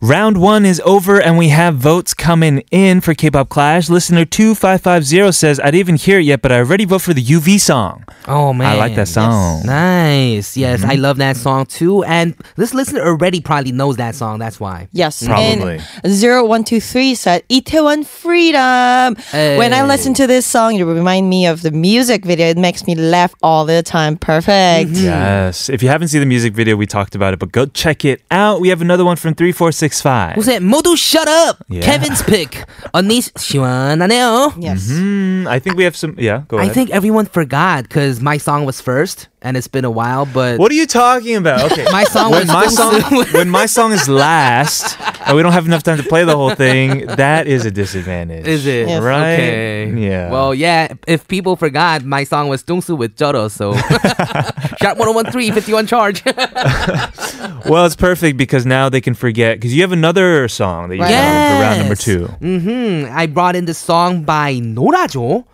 [SPEAKER 2] Round one is over, and we have votes coming in for K pop Clash. Listener 2550 says, I didn't even hear it yet, but I already vote for the UV song.
[SPEAKER 1] Oh man,
[SPEAKER 2] I like that song. Mm-hmm.
[SPEAKER 1] Nice. Yes, I love that song too. And this listener already probably knows that song. That's why.
[SPEAKER 6] Yes,
[SPEAKER 2] Probably.
[SPEAKER 6] And zero one two three said Itaewon Freedom. When I listen to this song, it remind me of the music video. It makes me laugh all the time. Perfect.
[SPEAKER 2] Yes. If you haven't seen the music video, we talked about it, but go check it out. We have another one from 3465.
[SPEAKER 1] Who's that? Modu, shut up.
[SPEAKER 2] Yeah.
[SPEAKER 1] Kevin's pick. 언니 시원하네요.
[SPEAKER 6] Yes.
[SPEAKER 2] Mm, I think we have some. Yeah, go
[SPEAKER 1] I
[SPEAKER 2] ahead.
[SPEAKER 1] think everyone forgot because my song was first, and it's been a while. But
[SPEAKER 2] What are you talking about? Okay,
[SPEAKER 1] My song
[SPEAKER 2] When
[SPEAKER 1] was
[SPEAKER 2] my
[SPEAKER 1] still
[SPEAKER 2] song, when my song is last, and we don't have enough time to play the whole thing, that is a disadvantage.
[SPEAKER 1] Is it
[SPEAKER 6] Yes.
[SPEAKER 2] right?
[SPEAKER 1] Okay.
[SPEAKER 2] Yeah.
[SPEAKER 1] Well, yeah. If people forgot, my song was Dungsu with Joro. So, shot 1013, 51 charge.
[SPEAKER 2] well, it's perfect because now they can forget because you have another song that you
[SPEAKER 6] Right.
[SPEAKER 2] found for round number
[SPEAKER 1] Yes.
[SPEAKER 2] two.
[SPEAKER 1] hmm I brought in the song by Norajo,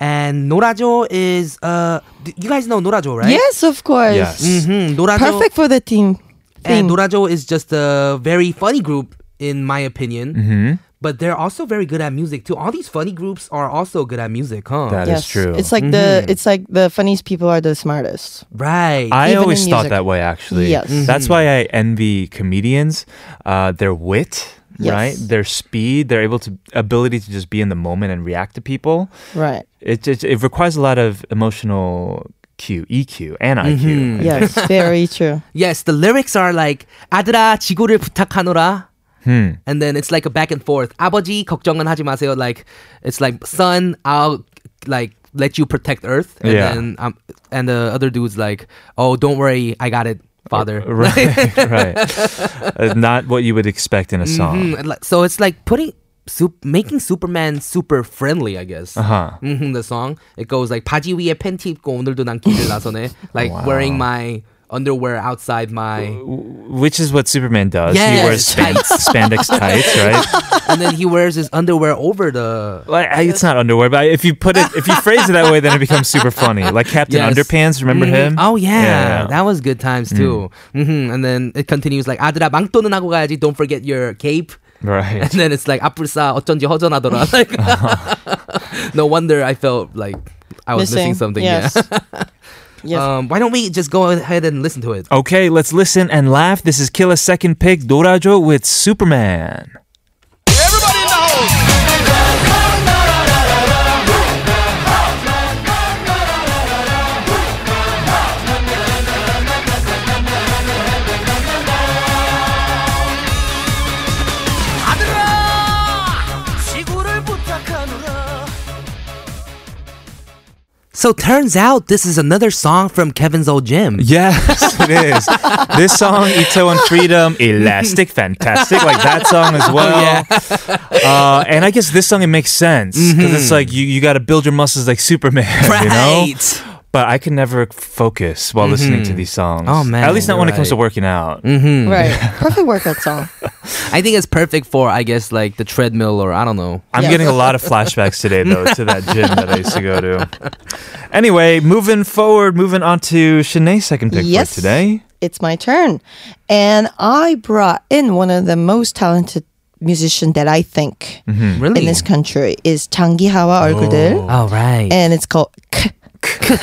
[SPEAKER 1] and Norajo is uh, d- you guys know Norajo, right?
[SPEAKER 6] Yes, of course.
[SPEAKER 2] Yes.
[SPEAKER 1] Mm-hmm. Norajo,
[SPEAKER 6] Perfect for the team.
[SPEAKER 1] And
[SPEAKER 6] theme.
[SPEAKER 1] Norajo is just a very funny group, in my opinion.
[SPEAKER 2] Mm-hmm.
[SPEAKER 1] But they're also very good at music too. All these funny groups are also good at music, huh?
[SPEAKER 2] That is true.
[SPEAKER 6] It's like the
[SPEAKER 1] Mm-hmm.
[SPEAKER 6] it's like the funniest people are the smartest.
[SPEAKER 1] right.
[SPEAKER 2] I
[SPEAKER 6] even in
[SPEAKER 2] always thought
[SPEAKER 6] music.
[SPEAKER 2] that way, actually.
[SPEAKER 6] Yes. Mhm.
[SPEAKER 2] That's why I envy comedians. Uh, their wit,
[SPEAKER 6] Yes.
[SPEAKER 2] right? Their speed, their able to ability to just be in the moment and react to people.
[SPEAKER 6] Right.
[SPEAKER 2] It it, it requires a lot of emotional Q, EQ, and
[SPEAKER 1] Mm. Mm-hmm.
[SPEAKER 2] IQ. I
[SPEAKER 6] Yes, very true.
[SPEAKER 1] Yes, the lyrics are like 아들아 지구를 부탁하노라.
[SPEAKER 2] Hmm.
[SPEAKER 1] And then it's like a back and forth. 아버지 걱정은 하지 마세요. Like it's like son, I'll like let you protect Earth. And
[SPEAKER 2] Yeah.
[SPEAKER 1] then um, and the other dude's like, oh, don't worry, I got it, father.
[SPEAKER 2] right, right. Uh, not what you would expect in a song.
[SPEAKER 1] Mm, and like- so it's like putting. Sup- making Superman super friendly, I guess.
[SPEAKER 2] Uh-huh.
[SPEAKER 1] hmm the song it goes like 바지 위에 팬티 입고 오늘도 난 길을 나서네. Like wearing my underwear outside my
[SPEAKER 2] Which is what Superman does.
[SPEAKER 1] Yes,
[SPEAKER 2] he wears span- spandex tights, right?
[SPEAKER 1] and then he wears his underwear over the
[SPEAKER 2] Like, I- it's not underwear, but if you put it, if you phrase it that way, then it becomes super funny. Like Captain
[SPEAKER 1] Yes.
[SPEAKER 2] Underpants, remember him?
[SPEAKER 1] Oh yeah,
[SPEAKER 2] Yeah. Mm.
[SPEAKER 1] that was good times too. hmm And then it continues like 아들아 망토는 하고 가야지. Don't forget your cape.
[SPEAKER 2] right.
[SPEAKER 1] And then it's like 아뿔싸 어쩐지 허전하더라. Like, no wonder I felt like I was missing, something.
[SPEAKER 6] Yes.
[SPEAKER 1] Yeah.
[SPEAKER 6] yes.
[SPEAKER 1] Um, why don't we just go ahead and listen to it?
[SPEAKER 2] Okay, let's listen and laugh. This is Killa's second pick, Dorajo with Superman.
[SPEAKER 1] So turns out this is another song from Kevin's old gym.
[SPEAKER 2] Yes, it is. this song, Ito and Freedom, Elastic, Fantastic, like that song as well. uh, and I guess this song, it makes sense because it's like you, you got to build your muscles like Superman, you know?
[SPEAKER 1] Right.
[SPEAKER 2] But I can never focus while listening to these songs.
[SPEAKER 1] Oh, man,
[SPEAKER 2] At least not
[SPEAKER 1] you're
[SPEAKER 2] when it comes to
[SPEAKER 1] right.
[SPEAKER 2] working out.
[SPEAKER 1] Um.
[SPEAKER 6] right. Perfect workout song.
[SPEAKER 1] I think it's perfect for I guess like the treadmill or I don't know.
[SPEAKER 2] I'm
[SPEAKER 6] Yeah.
[SPEAKER 2] getting a lot of flashbacks today, though, to that gym that I used to go to. Anyway, moving forward, moving on to Shanae's second pick
[SPEAKER 6] Yes.
[SPEAKER 2] for today.
[SPEAKER 6] It's my turn. And I brought in one of the most talented musician that I think
[SPEAKER 2] Hmm.
[SPEAKER 1] Really?
[SPEAKER 6] in this country is 장기하와 얼굴들.
[SPEAKER 1] Mm-hmm. oh right.
[SPEAKER 6] and it's called K. K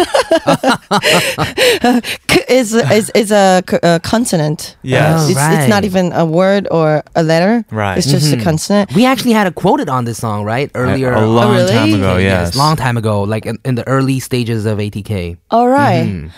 [SPEAKER 6] is is is a, c- a consonant.
[SPEAKER 2] Yes.
[SPEAKER 6] it's, it's
[SPEAKER 1] Right.
[SPEAKER 6] not even a word or a letter.
[SPEAKER 2] Right.
[SPEAKER 6] it's just
[SPEAKER 1] Mm-hmm.
[SPEAKER 6] a consonant.
[SPEAKER 1] we actually had a quoted on this song right earlier.
[SPEAKER 2] a long
[SPEAKER 6] Oh, really?
[SPEAKER 2] time ago, yes.
[SPEAKER 1] long time ago, like in, in the early stages of ATK.
[SPEAKER 6] All right.
[SPEAKER 2] Mm-hmm.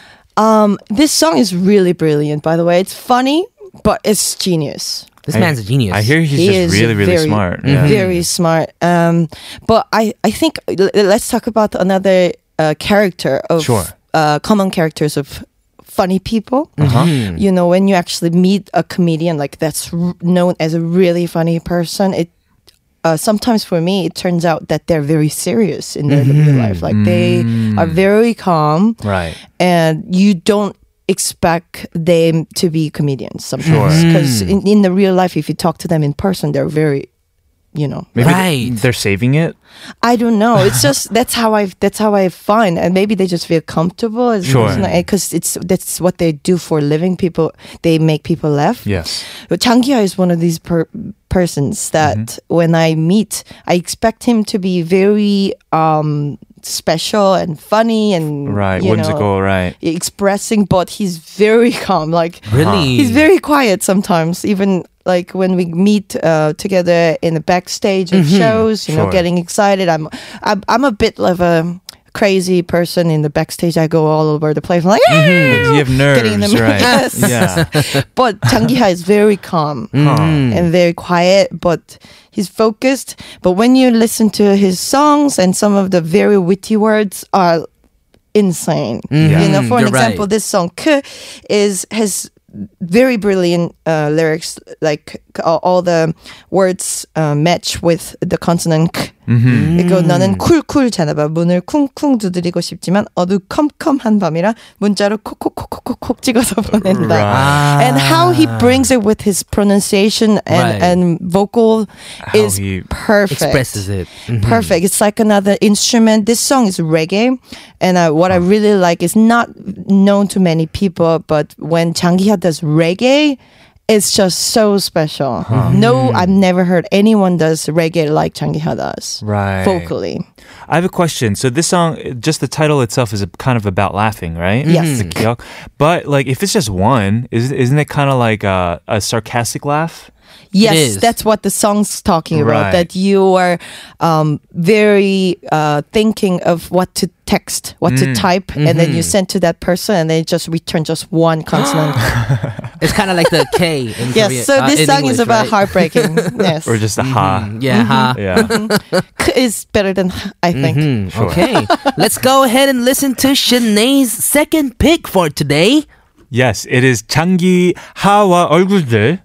[SPEAKER 6] Um, this song is really brilliant. By the way, it's funny, but it's genius.
[SPEAKER 1] This man's a genius.
[SPEAKER 2] I hear he's
[SPEAKER 6] he
[SPEAKER 2] just
[SPEAKER 6] is
[SPEAKER 2] really, really
[SPEAKER 6] very, Mm-hmm.
[SPEAKER 2] smart. Mm-hmm.
[SPEAKER 6] Very smart. Um, but I, I think l- let's talk about another uh, character of
[SPEAKER 2] Sure.
[SPEAKER 6] uh, common characters of funny people.
[SPEAKER 2] Uh-huh.
[SPEAKER 6] You know, when you actually meet a comedian like that's r- known as a really funny person, it uh, sometimes for me it turns out that they're very serious in their real life. Like they are very calm
[SPEAKER 2] Mm-hmm. Mm. Right.
[SPEAKER 6] and you don't expect them to be comedians sometimes because
[SPEAKER 2] Mm.
[SPEAKER 6] in, in the real life if you talk to them in person they're very you know
[SPEAKER 2] Maybe
[SPEAKER 1] Right.
[SPEAKER 2] they're saving it.
[SPEAKER 6] i don't know it's just that's how i that's how i find and maybe they just feel comfortable as
[SPEAKER 2] Sure.
[SPEAKER 6] because it's that's what they do for a living people they make people laugh
[SPEAKER 2] Yes.
[SPEAKER 6] but Changia is one of these per- persons that
[SPEAKER 2] Mm-hmm.
[SPEAKER 6] when I meet, I expect him to be very um, special and funny and
[SPEAKER 2] Right.
[SPEAKER 6] you
[SPEAKER 2] Whimsical.
[SPEAKER 6] know,
[SPEAKER 2] right.
[SPEAKER 6] expressing, but he's very calm. Like
[SPEAKER 1] really.
[SPEAKER 2] Mm.
[SPEAKER 6] he's very quiet sometimes, even like when we meet uh, together in the backstage of shows. You
[SPEAKER 2] Mm-hmm. Sure.
[SPEAKER 6] know, getting excited. I'm, I'm I'm a bit of a crazy person in the backstage. I go all over the place. I'm like.
[SPEAKER 2] Mm-hmm. You have
[SPEAKER 6] Getting
[SPEAKER 2] nerves,
[SPEAKER 6] them-
[SPEAKER 2] right?
[SPEAKER 6] Yes.
[SPEAKER 2] Yeah.
[SPEAKER 6] but Chang Gi-ha is very calm
[SPEAKER 2] Mm.
[SPEAKER 1] Mm.
[SPEAKER 6] and very quiet, but he's focused. But when you listen to his songs and some of the very witty words are insane. You know, for
[SPEAKER 1] Mm-hmm. Mm,
[SPEAKER 6] an
[SPEAKER 1] You're
[SPEAKER 6] example,
[SPEAKER 1] right.
[SPEAKER 6] this song K is has very brilliant uh, lyrics, like all, all the words uh, match with the consonant K. 그리고 너는 쿨쿨 자나봐 문을 쿵쿵 두드리고 싶지만 어두컴컴한 밤이라 문자로 콕콕콕콕콕 찍어서 보낸다. And how he brings it with his pronunciation and,
[SPEAKER 1] Right.
[SPEAKER 6] and vocal
[SPEAKER 2] How
[SPEAKER 6] is
[SPEAKER 2] he
[SPEAKER 6] perfect.
[SPEAKER 1] expresses it.
[SPEAKER 2] Mm-hmm.
[SPEAKER 6] Perfect. It's like another instrument. This song is reggae, and uh, what I really like is not known to many people. But when Changiha does reggae, it's just so special.
[SPEAKER 2] Mm-hmm.
[SPEAKER 6] No, I've never heard anyone does reggae like Changiha does
[SPEAKER 2] Right.
[SPEAKER 6] vocally.
[SPEAKER 2] I have a question. So this song, just the title itself is a, kind of about laughing, right?
[SPEAKER 6] Yes. Mm-hmm.
[SPEAKER 2] The kiok. But like, if it's just one, is, isn't it kind of like a, a sarcastic laugh?
[SPEAKER 1] is.
[SPEAKER 6] Yes, that's what the song's talking
[SPEAKER 2] Right.
[SPEAKER 6] about. That you are um, very uh, thinking of what to text, what
[SPEAKER 2] Mm.
[SPEAKER 6] to type, and then you
[SPEAKER 2] Mm-hmm.
[SPEAKER 6] send to that person, and they just return just one consonant.
[SPEAKER 1] It's kind of like the K in
[SPEAKER 6] yes.
[SPEAKER 1] Korea-
[SPEAKER 6] So
[SPEAKER 1] uh,
[SPEAKER 6] this
[SPEAKER 1] in
[SPEAKER 6] song
[SPEAKER 1] English,
[SPEAKER 6] is about
[SPEAKER 1] right?
[SPEAKER 6] heartbreaking. yes.
[SPEAKER 2] Or just a ha?
[SPEAKER 6] Mm-hmm.
[SPEAKER 1] Yeah. ha.
[SPEAKER 2] Yeah.
[SPEAKER 6] K is better than h- I think.
[SPEAKER 1] Mm-hmm. Hmm, Okay, let's go ahead and listen to Shanae's second pick for today.
[SPEAKER 2] yes, it is 장기 하와 얼굴들.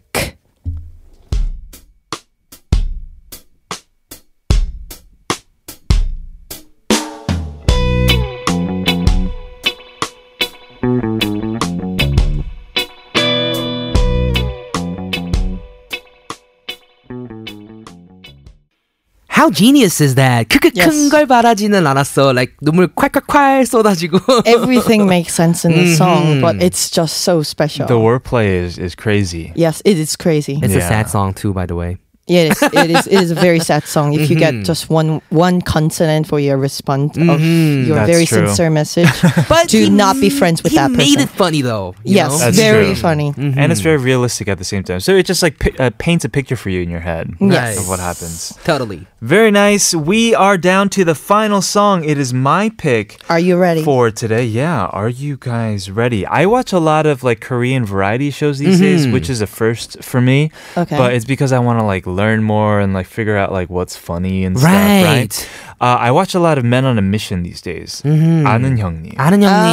[SPEAKER 1] How genius is that? 크크
[SPEAKER 6] Yes.
[SPEAKER 1] 큰걸 바라지는 않았어. Like 눈물 콸콸콸 쏟아지고.
[SPEAKER 6] Everything makes sense in the song, but it's just so special.
[SPEAKER 2] The wordplay is, is crazy.
[SPEAKER 6] yes, it is crazy.
[SPEAKER 1] It's a
[SPEAKER 2] Yeah.
[SPEAKER 1] sad song too, by the way.
[SPEAKER 6] Yeah, it is, it is. It is a very sad song. If you get just one one consonant for your response of your
[SPEAKER 2] That's
[SPEAKER 6] very
[SPEAKER 2] true.
[SPEAKER 6] sincere message, but do
[SPEAKER 1] Uh, he-
[SPEAKER 6] not be friends with
[SPEAKER 1] he
[SPEAKER 6] that
[SPEAKER 1] made it
[SPEAKER 6] person.
[SPEAKER 1] funny though. you
[SPEAKER 6] yes,
[SPEAKER 1] know?
[SPEAKER 2] That's true.
[SPEAKER 6] very
[SPEAKER 2] Mm-hmm.
[SPEAKER 6] funny.
[SPEAKER 2] and it's very realistic at the same time. So it just like pi- uh, paints a picture for you in your head
[SPEAKER 1] Yes.
[SPEAKER 2] of what happens.
[SPEAKER 1] totally.
[SPEAKER 2] Very nice. We are down to the final song. It is my pick.
[SPEAKER 6] Are you ready?
[SPEAKER 2] for today. Yeah, are you guys ready? I watch a lot of like Korean variety shows these days, which is a first for me.
[SPEAKER 6] Okay.
[SPEAKER 2] But it's because I want to like learn more and like figure out like what's funny and
[SPEAKER 1] Right.
[SPEAKER 2] stuff. Right. Uh, I watch a lot of Men on a Mission these days.
[SPEAKER 6] Mm-hmm.
[SPEAKER 2] 아는 형님.
[SPEAKER 1] 아는
[SPEAKER 6] Uh,
[SPEAKER 1] 형님.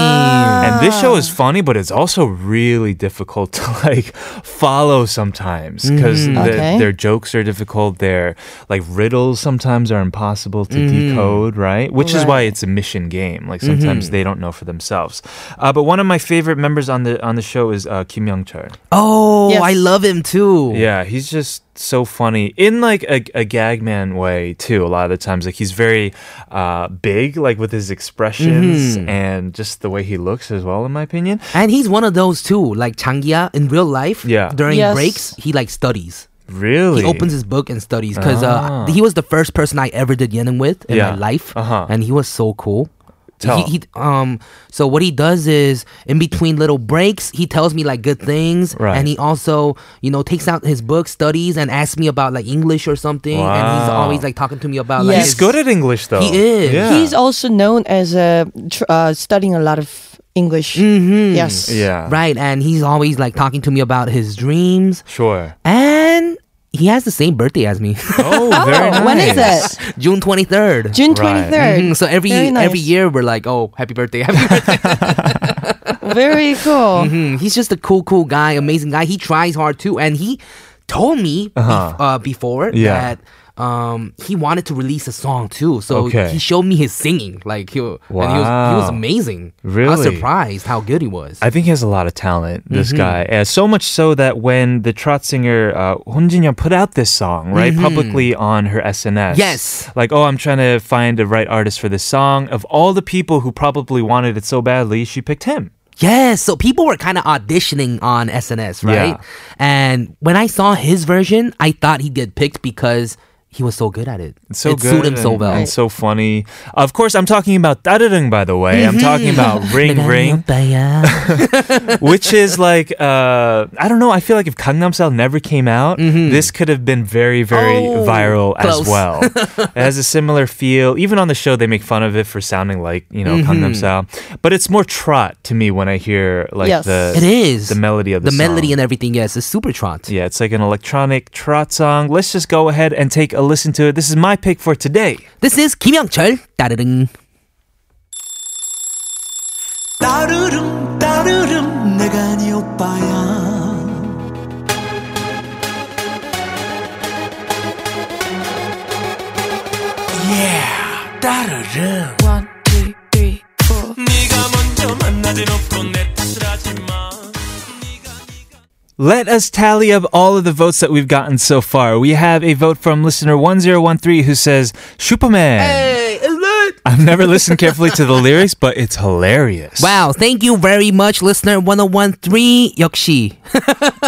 [SPEAKER 2] And this show is funny, but it's also really difficult to like follow sometimes because
[SPEAKER 6] Okay.
[SPEAKER 2] their jokes are difficult. Their like riddles sometimes are impossible to decode, right? Which is why it's a mission game. Like sometimes they don't know for themselves. Uh, but one of my favorite members on the on the show is uh, Kim Young Chul.
[SPEAKER 1] Oh,
[SPEAKER 6] Yes.
[SPEAKER 1] I love him too.
[SPEAKER 2] Yeah, he's just so funny in like a, a gag man way too. A lot of the times, like he's very uh, big, like with his expressions and just the way he looks as well. In my opinion,
[SPEAKER 1] And he's one of those too. Like Changia in real life,
[SPEAKER 2] Yeah.
[SPEAKER 1] during
[SPEAKER 6] Yes.
[SPEAKER 1] breaks, he like studies.
[SPEAKER 2] Really?
[SPEAKER 1] He opens his book and studies because
[SPEAKER 2] Ah.
[SPEAKER 1] uh, he was the first person I ever did yenin with in
[SPEAKER 2] Yeah.
[SPEAKER 1] my life,
[SPEAKER 2] Uh-huh.
[SPEAKER 1] and he was so cool.
[SPEAKER 2] Tell.
[SPEAKER 1] He, he um so what he does is in between little breaks he tells me like good things
[SPEAKER 2] Right.
[SPEAKER 1] and he also you know takes out his book studies and asks me about like English or something and he's
[SPEAKER 2] Wow.
[SPEAKER 1] always like talking to me about like
[SPEAKER 2] He's
[SPEAKER 6] Yes.
[SPEAKER 2] good at English, though.
[SPEAKER 1] He is.
[SPEAKER 2] Yeah.
[SPEAKER 6] He's also known as uh, tr- uh, studying a lot of English. Yes.
[SPEAKER 2] yeah.
[SPEAKER 1] right and he's always like talking to me about his dreams
[SPEAKER 2] Sure.
[SPEAKER 1] and he has the same birthday as me
[SPEAKER 2] Oh, very nice.
[SPEAKER 6] When is it?
[SPEAKER 1] June 23rd
[SPEAKER 6] June
[SPEAKER 2] Right.
[SPEAKER 6] twenty
[SPEAKER 1] Mm,
[SPEAKER 6] third.
[SPEAKER 1] so every
[SPEAKER 6] Very nice.
[SPEAKER 1] every year we're like oh happy birthday happy birthday
[SPEAKER 6] Very cool.
[SPEAKER 1] Mm, he's just a cool, cool guy, amazing guy. He tries hard too, and he told me bef- uh, before
[SPEAKER 2] Uh-huh.
[SPEAKER 1] that
[SPEAKER 2] Yeah.
[SPEAKER 1] um, he wanted to release a song too. So
[SPEAKER 2] Okay.
[SPEAKER 1] he showed me his singing, like he wa- and he was he was
[SPEAKER 2] Wow.
[SPEAKER 1] amazing. I was
[SPEAKER 2] Really?
[SPEAKER 1] surprised how good he was.
[SPEAKER 2] I think he has a lot of talent, this guy. Uh, so much so that when the trot singer uh, Hon Jin Young put out this song, right, publicly on her SNS.
[SPEAKER 1] Yes.
[SPEAKER 2] Like, oh, I'm trying to find the right artist for this song. Of all the people who probably wanted it so badly, she picked him.
[SPEAKER 1] yes, so people were kind of auditioning on SNS, right?
[SPEAKER 2] Yeah.
[SPEAKER 1] And when I saw his version, I thought he get picked because he was so good at it.
[SPEAKER 2] It's so
[SPEAKER 1] it
[SPEAKER 2] good.
[SPEAKER 1] suited him so
[SPEAKER 2] and-
[SPEAKER 1] well.
[SPEAKER 2] And so funny. Of course, I'm talking about Darurung, by the way. I'm talking about Ring Ring. which is like uh, I don't know. I feel like if Gangnam Style never came out, this could have been very, very
[SPEAKER 1] Mm-hmm. Oh,
[SPEAKER 2] viral as
[SPEAKER 1] close.
[SPEAKER 2] well. it has a similar feel. Even on the show, they make fun of it for sounding like
[SPEAKER 1] Mm-hmm.
[SPEAKER 2] you know Gangnam Style, but it's more trot to me when I hear like
[SPEAKER 6] Yes.
[SPEAKER 2] the
[SPEAKER 1] It is
[SPEAKER 2] the melody of
[SPEAKER 1] the
[SPEAKER 2] the,
[SPEAKER 1] melody and
[SPEAKER 2] song.
[SPEAKER 1] everything. Yes, it's super trot.
[SPEAKER 2] yeah, it's like an electronic trot song. Let's just go ahead and take a listen to it. This is my pick for today.
[SPEAKER 1] This is Kim Young Chul. 따르릉.
[SPEAKER 4] 따르릉 따르릉 내가 네 오빠야 Yeah 따르릉
[SPEAKER 5] One, two, three, four.
[SPEAKER 3] 네가 먼저 만나지 놓고 내 탓을 하지마
[SPEAKER 2] Let us tally up all of the votes that we've gotten so far. We have a vote from listener 1013 who says, Superman.
[SPEAKER 1] Hey, it's lit.
[SPEAKER 2] I've never listened carefully to the lyrics, but it's hilarious.
[SPEAKER 1] Wow, thank you very much, listener 1013. 역시.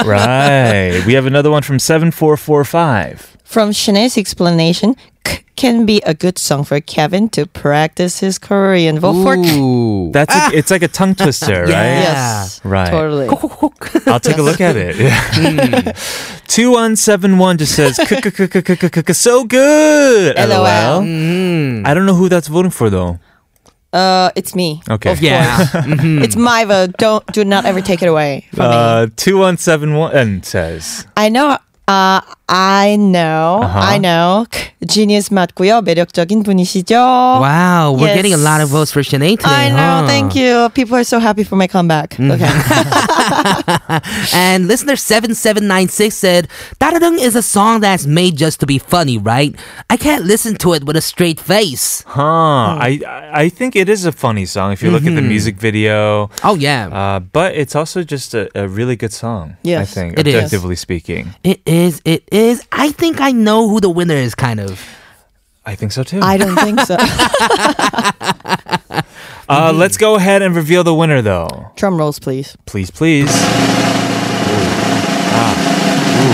[SPEAKER 2] Right. We have another one from 7445.
[SPEAKER 6] From Shanae's explanation, K can be a good song for Kevin to practice his Korean. Vote for K.
[SPEAKER 1] Ooh.
[SPEAKER 2] That's a, it's like a tongue twister, right?
[SPEAKER 6] Yes.
[SPEAKER 2] Right.
[SPEAKER 6] Totally.
[SPEAKER 2] I'll take a look at it. Yeah. 2171 just says, "K-k-k-k-k-k-k-k, so good.
[SPEAKER 6] LOL.
[SPEAKER 2] I don't know who that's voting for, though.
[SPEAKER 6] Uh, it's me.
[SPEAKER 2] Okay.
[SPEAKER 6] Of
[SPEAKER 1] Yeah.
[SPEAKER 6] course. it's my vote. Don't do not ever take it away from me.
[SPEAKER 2] Hmm. Uh, 2171 says,
[SPEAKER 6] I know. Uh, I know.
[SPEAKER 2] Uh-huh.
[SPEAKER 6] I know. Genius 맞고요. 매력적인 분이시죠.
[SPEAKER 1] Wow, we're
[SPEAKER 6] Yes.
[SPEAKER 1] getting a lot of votes for Sinead today.
[SPEAKER 6] I know.
[SPEAKER 1] huh?
[SPEAKER 6] Thank you. People are so happy for my comeback. Okay.
[SPEAKER 1] And listener 7796 said, Daradung is a song that's made just to be funny, right? I can't listen to it with a straight face.
[SPEAKER 2] huh. I, I I think it is a funny song if you look at the music video.
[SPEAKER 1] Oh, yeah.
[SPEAKER 2] Uh, but it's also just a, a really good song. I
[SPEAKER 6] Yes,
[SPEAKER 2] think,
[SPEAKER 1] it is.
[SPEAKER 2] objectively speaking.
[SPEAKER 1] it is, it is. I think I know who the winner is, kind of.
[SPEAKER 2] I think so too.
[SPEAKER 6] I don't think so.
[SPEAKER 2] uh, Let's go ahead and reveal the winner, though.
[SPEAKER 6] Drum rolls, please.
[SPEAKER 2] Please, please. Ooh. Ah. Ooh.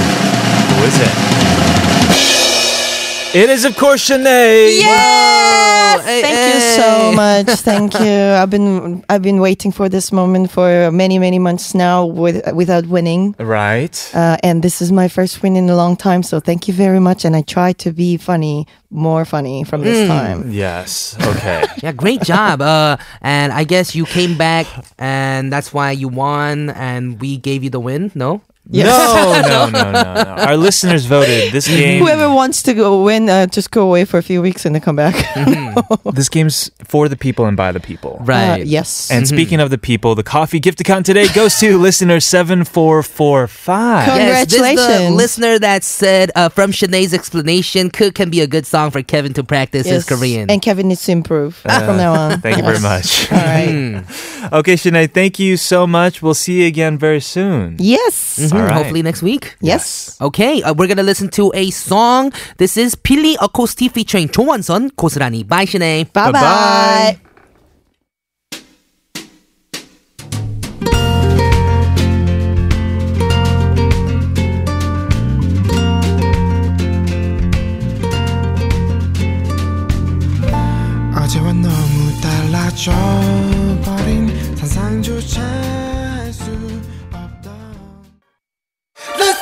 [SPEAKER 2] Who is it? It is, of course, Sinead.
[SPEAKER 6] Yes,
[SPEAKER 1] Hey,
[SPEAKER 6] thank you so much. Thank you. I've been I've been waiting for this moment for many many months now with without winning,
[SPEAKER 2] Right.
[SPEAKER 6] uh, and this is my first win in a long time. So thank you very much, and I try to be funny, more funny from
[SPEAKER 2] Mm.
[SPEAKER 6] this time.
[SPEAKER 2] yes. Okay.
[SPEAKER 1] Yeah, great job. Uh, and I guess you came back, and that's why you won, and we gave you the win. No,
[SPEAKER 2] No, no, no, no, no. Our listeners voted. This game.
[SPEAKER 6] Whoever wants to go win, uh, just go away for a few weeks and then come back.
[SPEAKER 2] This game's for the people and by the people.
[SPEAKER 6] Uh,
[SPEAKER 1] right?
[SPEAKER 6] yes.
[SPEAKER 2] And speaking of the people, the coffee gift account today goes to listener
[SPEAKER 1] Yes,
[SPEAKER 2] 7445.
[SPEAKER 1] this is the
[SPEAKER 6] Congratulations.
[SPEAKER 1] listener that said uh, from Sinead's explanation, could can be a good song for Kevin to practice his
[SPEAKER 6] Yes.
[SPEAKER 1] Korean.
[SPEAKER 6] And Kevin needs to improve from now on.
[SPEAKER 2] Uh, Thank you very
[SPEAKER 6] Yes.
[SPEAKER 2] much. Mm.
[SPEAKER 6] All right.
[SPEAKER 2] Okay, Sinead, thank you so much. We'll see you again very soon.
[SPEAKER 6] yes.
[SPEAKER 1] Mhm,
[SPEAKER 2] All right.
[SPEAKER 1] Hopefully next week.
[SPEAKER 6] Yes.
[SPEAKER 1] Okay, uh, we're gonna listen to a song. This is Pili Acosti featuring Cho Won-sun, 고스란히. Bye, Sinead.
[SPEAKER 6] Bye
[SPEAKER 2] Bye-bye.
[SPEAKER 6] bye.
[SPEAKER 7] 어제와 너무 달라져 버린 상상조차 할 수 없던 Let's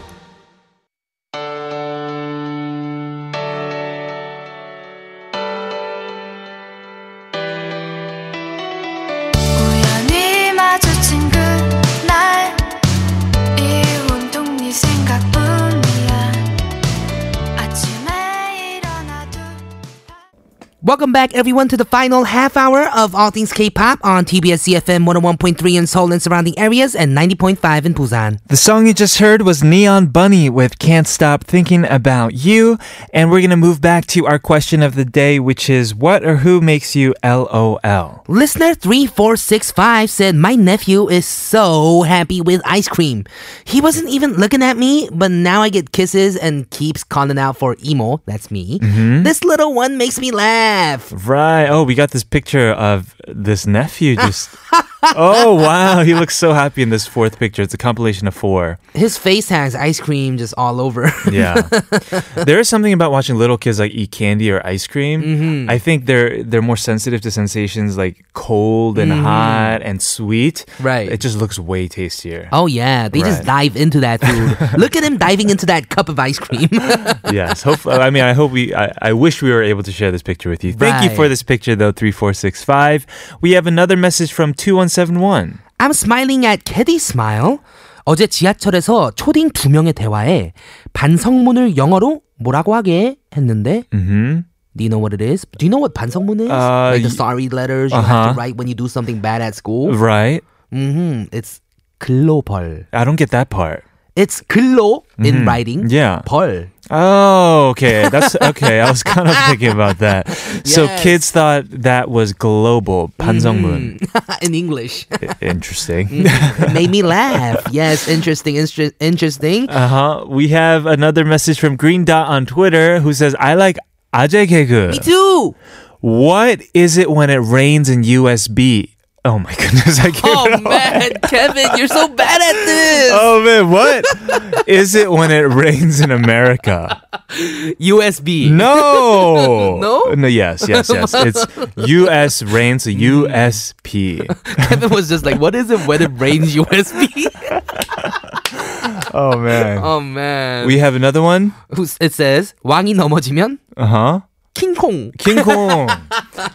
[SPEAKER 5] 우연히 마주친 그날 이 온통 네 생각뿐이야 아침에 일어나도
[SPEAKER 1] Welcome back, everyone, to the final half hour of All Things K-pop on TBS CFM 101.3 in Seoul and surrounding areas and 90.5 in Busan.
[SPEAKER 2] The song you just heard was Neon Bunny with Can't Stop Thinking About You. And we're going to move back to our question of the day, which is what or who makes you LOL?
[SPEAKER 1] Listener 3465 said, My nephew is so happy with ice cream. He wasn't even looking at me, but now I get kisses and keeps calling out for emo. That's me. This little one makes me laugh.
[SPEAKER 2] Right. Oh, we got this picture of this nephew just. oh, wow. He looks so happy in this fourth picture. It's a compilation of four.
[SPEAKER 1] His face has ice cream just all over.
[SPEAKER 2] Yeah. there is something about watching little kids like eat candy or ice cream.
[SPEAKER 1] Mm-hmm.
[SPEAKER 2] I think they're they're more sensitive to sensations like cold and hot and sweet.
[SPEAKER 1] Mm-hmm. Right.
[SPEAKER 2] It just looks way tastier.
[SPEAKER 1] oh, yeah. They just dive into that food. Look at him diving into that cup of ice cream.
[SPEAKER 2] yes. Hope, I mean, I hope we, I, I wish we were able to share this picture with you. Thank you for
[SPEAKER 1] Right.
[SPEAKER 2] this picture, though, 3465. We have another message from 2171.
[SPEAKER 1] I'm smiling at Caddy Smile. 어제 지하철에서 초딩 두 명의 대화에 반성문을 영어로 뭐라고 하게 했는데 Do you know what it is? Do you know what 반성문 is?
[SPEAKER 2] Uh,
[SPEAKER 1] like the
[SPEAKER 2] y-
[SPEAKER 1] sorry letters you have to write when you do something bad at school.
[SPEAKER 2] Right.
[SPEAKER 1] hmm It's 글로벌.
[SPEAKER 2] I don't get that part.
[SPEAKER 1] It's 글로 in writing.
[SPEAKER 2] Yeah.
[SPEAKER 1] 벌.
[SPEAKER 2] Oh, okay. That's okay. I was kind of thinking about that. So
[SPEAKER 1] Yes.
[SPEAKER 2] kids thought that was global. Panzongmun.
[SPEAKER 1] Ah, in English.
[SPEAKER 2] Interesting.
[SPEAKER 1] it made me laugh. Yes, interesting, inter- interesting.
[SPEAKER 2] Uh huh. We have another message from Green Dot on Twitter who says, I like Ajay
[SPEAKER 1] Me
[SPEAKER 2] Kegu.
[SPEAKER 1] too.
[SPEAKER 2] What is it when it rains in USB? Oh my goodness, I can't.
[SPEAKER 1] Oh man, Kevin, you're so bad at this.
[SPEAKER 2] Oh man, what is it when it rains in America?
[SPEAKER 1] USB.
[SPEAKER 2] No,
[SPEAKER 1] No?
[SPEAKER 2] no. Yes, yes, yes. It's U.S. rain, so U.S.P.
[SPEAKER 1] Kevin was just like, "What is it? When it rains, USB?"
[SPEAKER 2] Oh man.
[SPEAKER 1] oh man.
[SPEAKER 2] We have another one.
[SPEAKER 1] Who's- it says 왕이 넘어지면
[SPEAKER 2] Uh huh.
[SPEAKER 1] 킹콩.
[SPEAKER 2] King Kong.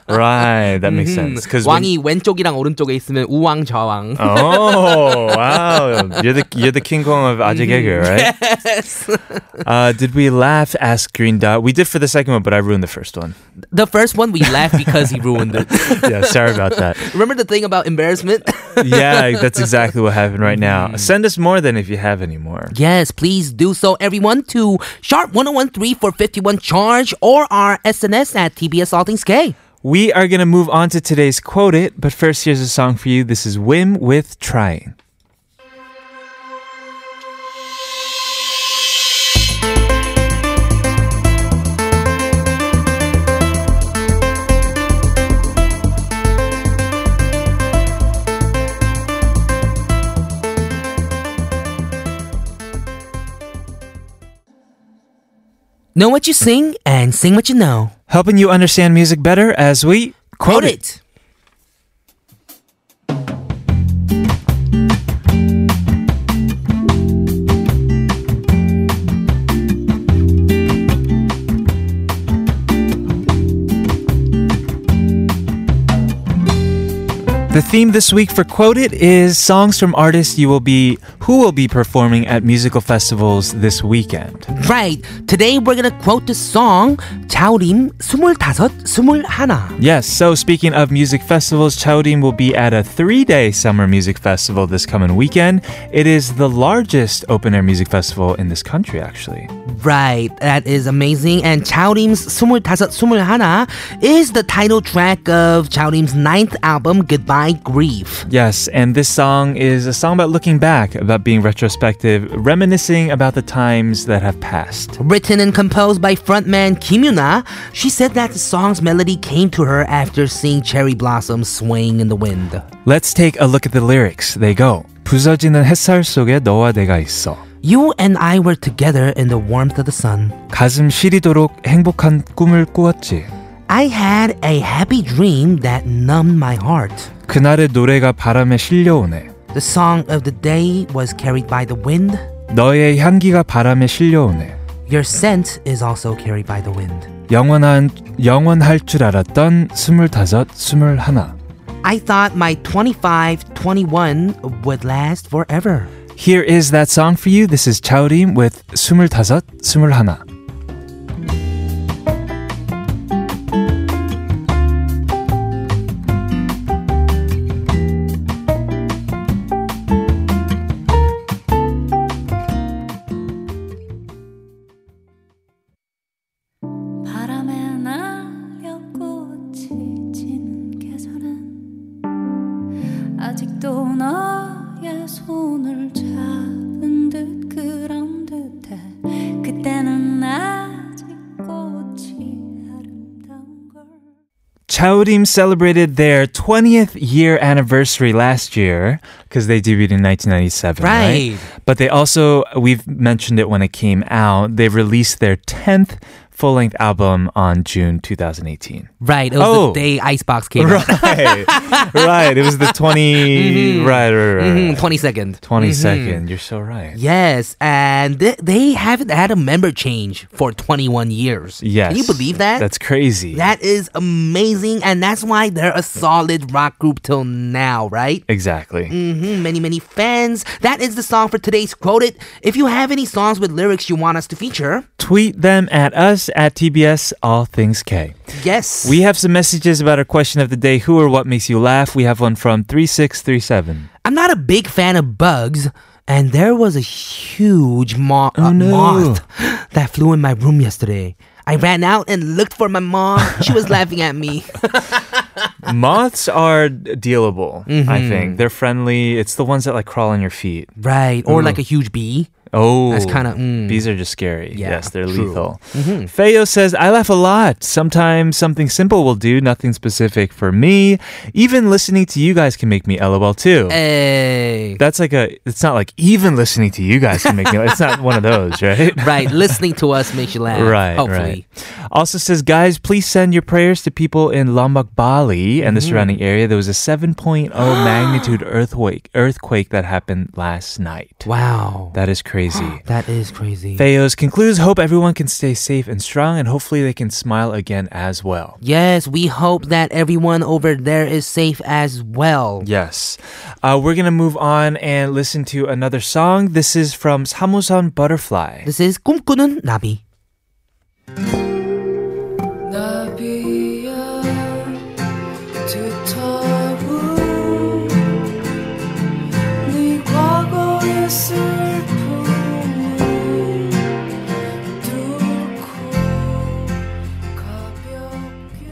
[SPEAKER 2] right, that makes
[SPEAKER 1] Mm-hmm.
[SPEAKER 2] sense. Because
[SPEAKER 1] 왕이 왼쪽이랑 오른쪽에 있으면 우왕 좌왕.
[SPEAKER 2] Oh wow! You're the you're the King Kong of Ajay Gege, right? Mm-hmm. Yes. Uh, did we laugh? Asked Green Dot. We did for the second one, but I ruined the first one.
[SPEAKER 1] The first one we laughed because he ruined it.
[SPEAKER 2] Yeah, sorry about that.
[SPEAKER 1] Remember the thing about embarrassment?
[SPEAKER 2] yeah, that's exactly what happened right now. Send us more than if you have any more.
[SPEAKER 1] yes, please do so, everyone, to sharp 1013 for 51 charge or our SNS at TBS All Things K.
[SPEAKER 2] We are going to move on to today's quote it, but first here's a song for you. This is Wim with Trying.
[SPEAKER 1] Know what you sing and sing what you know.
[SPEAKER 2] helping you understand music better as we quote it. The theme this week for Quote It is songs from artists you will be who will be performing at musical festivals this weekend.
[SPEAKER 1] Right. Today we're gonna quote the song 자우림 25, 21.
[SPEAKER 2] Yes, so speaking of music festivals, Chaodin will be at a three-day summer music festival this coming weekend. It is the largest open-air music festival in this country, actually.
[SPEAKER 1] Right. That is amazing. And 자우림's 25, 21 is the title track of 자우림's ninth album, Goodbye Grief.
[SPEAKER 2] Yes, and this song is a song about looking back, about being retrospective, reminiscing about the times that have passed.
[SPEAKER 1] Written and composed by frontman Kim Yuna, she said that the song's melody came to her after seeing cherry blossoms swaying in the wind.
[SPEAKER 2] Let's take a look at the lyrics. They go. 부서지는 햇살 속에 너와 내가 있어.
[SPEAKER 1] You and I were together in the warmth of the sun.
[SPEAKER 2] 가슴 시리도록 행복한 꿈을 꾸었지.
[SPEAKER 1] I had a happy dream that numbed my heart.
[SPEAKER 2] 그날의 노래가 바람에 실려오네.
[SPEAKER 1] The song of the day was carried by the wind.
[SPEAKER 2] 너의 향기가 바람에 실려오네.
[SPEAKER 1] Your scent is also carried by the wind.
[SPEAKER 2] 영원한 영원할 줄 알았던 스물다섯 스물하나.
[SPEAKER 1] I thought my 25 21 would last forever.
[SPEAKER 2] Here is that song for you. This is Chaorim with 스물다섯 스물하나.
[SPEAKER 5] 바람에 날려 꽃이 지는 계절엔 아직도 너의 손을 잡은 듯 그런 듯해 그때는 아직 꽃이 아름다운 걸
[SPEAKER 2] Chaorim celebrated their 20th year anniversary last year because they debuted in 1997, right.
[SPEAKER 1] Right.
[SPEAKER 2] But they also, we've mentioned it when it came out, they released their 10th full length album on June 2018.
[SPEAKER 1] Right, it was
[SPEAKER 2] Oh.
[SPEAKER 1] the day Icebox came out.
[SPEAKER 2] Right. right. It was the 20. Right, right, right,
[SPEAKER 1] Mhm,
[SPEAKER 2] right.
[SPEAKER 1] 22nd.
[SPEAKER 2] 20 second. You're so right.
[SPEAKER 1] Yes, and th- they haven't had a member change for 21 years. Can
[SPEAKER 2] Yes.
[SPEAKER 1] you believe that?
[SPEAKER 2] That's crazy.
[SPEAKER 1] That is amazing, and that's why they're a solid rock group till now, right?
[SPEAKER 2] exactly.
[SPEAKER 1] hmm many, many fans. That is the song for today's quoted. If you have any songs with lyrics you want us to feature,
[SPEAKER 2] Tweet them at us at TBS All Things K.
[SPEAKER 1] yes.
[SPEAKER 2] We have some messages about our question of the day who or what makes you laugh? We have one from 3637.
[SPEAKER 1] I'm not a big fan of bugs, and there was a huge mo- uh,
[SPEAKER 2] no.
[SPEAKER 1] moth that flew in my room yesterday. I ran out and looked for my mom. She was laughing at me.
[SPEAKER 2] Moths are dealable,
[SPEAKER 1] Mm-hmm.
[SPEAKER 2] I think. They're friendly. It's the ones that like crawl on your feet.
[SPEAKER 1] Right. Or like a huge bee.
[SPEAKER 2] Oh,
[SPEAKER 1] That's kinda, mm.
[SPEAKER 2] These are just scary.
[SPEAKER 1] Yeah, Mm-hmm.
[SPEAKER 2] yes, they're
[SPEAKER 1] true.
[SPEAKER 2] lethal. Feo says, "I laugh a lot. Sometimes something simple will do. Nothing specific for me. Even listening to you guys can make me LOL too.
[SPEAKER 1] Eh. Hey.
[SPEAKER 2] That's like a. It's not like even listening to you guys can make me. It's not one of those, right?
[SPEAKER 1] right. Listening to us makes you laugh.
[SPEAKER 2] Right,
[SPEAKER 1] Hopefully.
[SPEAKER 2] right. Also says, guys, please send your prayers to people in Lombok, Bali, and the
[SPEAKER 1] Mm-hmm.
[SPEAKER 2] surrounding area. There was a 7.0 magnitude earthquake earthquake that happened last night.
[SPEAKER 1] Wow.
[SPEAKER 2] That is crazy.
[SPEAKER 1] that is crazy.
[SPEAKER 2] Theos concludes, hope everyone can stay safe and strong, and hopefully they can smile again as well.
[SPEAKER 1] Yes, we hope that everyone over there is safe as well.
[SPEAKER 2] Yes. Uh, we're going to move on and listen to another song. This is from Samusan Butterfly.
[SPEAKER 1] This is 꿈꾸는 나비.
[SPEAKER 4] 나비야 두터운 네 과거의 슬픔을 뚫고 가볍게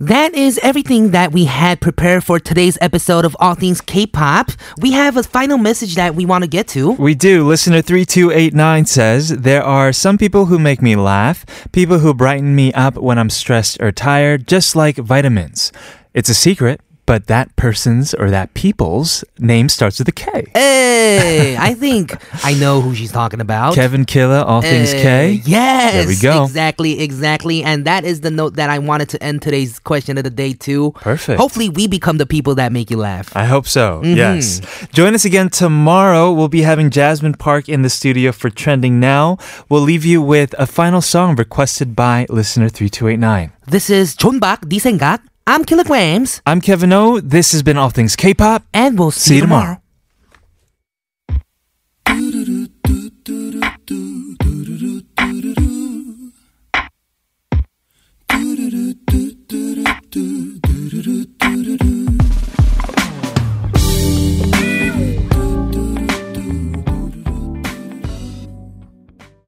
[SPEAKER 1] That is everything that we had prepared for today's episode of All Things K-pop. We have a final message that we want to get to.
[SPEAKER 2] We do. Listener 3289 says, There are some people who make me laugh, people who brighten me up when I'm stressed or tired, just like vitamins. It's a secret, but that person's or that people's name starts with a K.
[SPEAKER 1] Hey, I think I know who she's talking about.
[SPEAKER 2] Kevin Killer, all things K.
[SPEAKER 1] Uh, Yes.
[SPEAKER 2] There we go.
[SPEAKER 1] Exactly, exactly. And that is the note that I wanted to end today's question of the day too.
[SPEAKER 2] Perfect.
[SPEAKER 1] Hopefully we become the people that make you laugh.
[SPEAKER 2] I hope so. Yes. Join us again tomorrow. We'll be having Jasmine Park in the studio for Trending Now. We'll leave you with a final song requested by listener 3289.
[SPEAKER 1] This is Chun Bak, Di Sengak. I'm Kilograms,
[SPEAKER 2] I'm Kevin O. This has been All Things K-pop.
[SPEAKER 1] and we'll see,
[SPEAKER 2] See you tomorrow.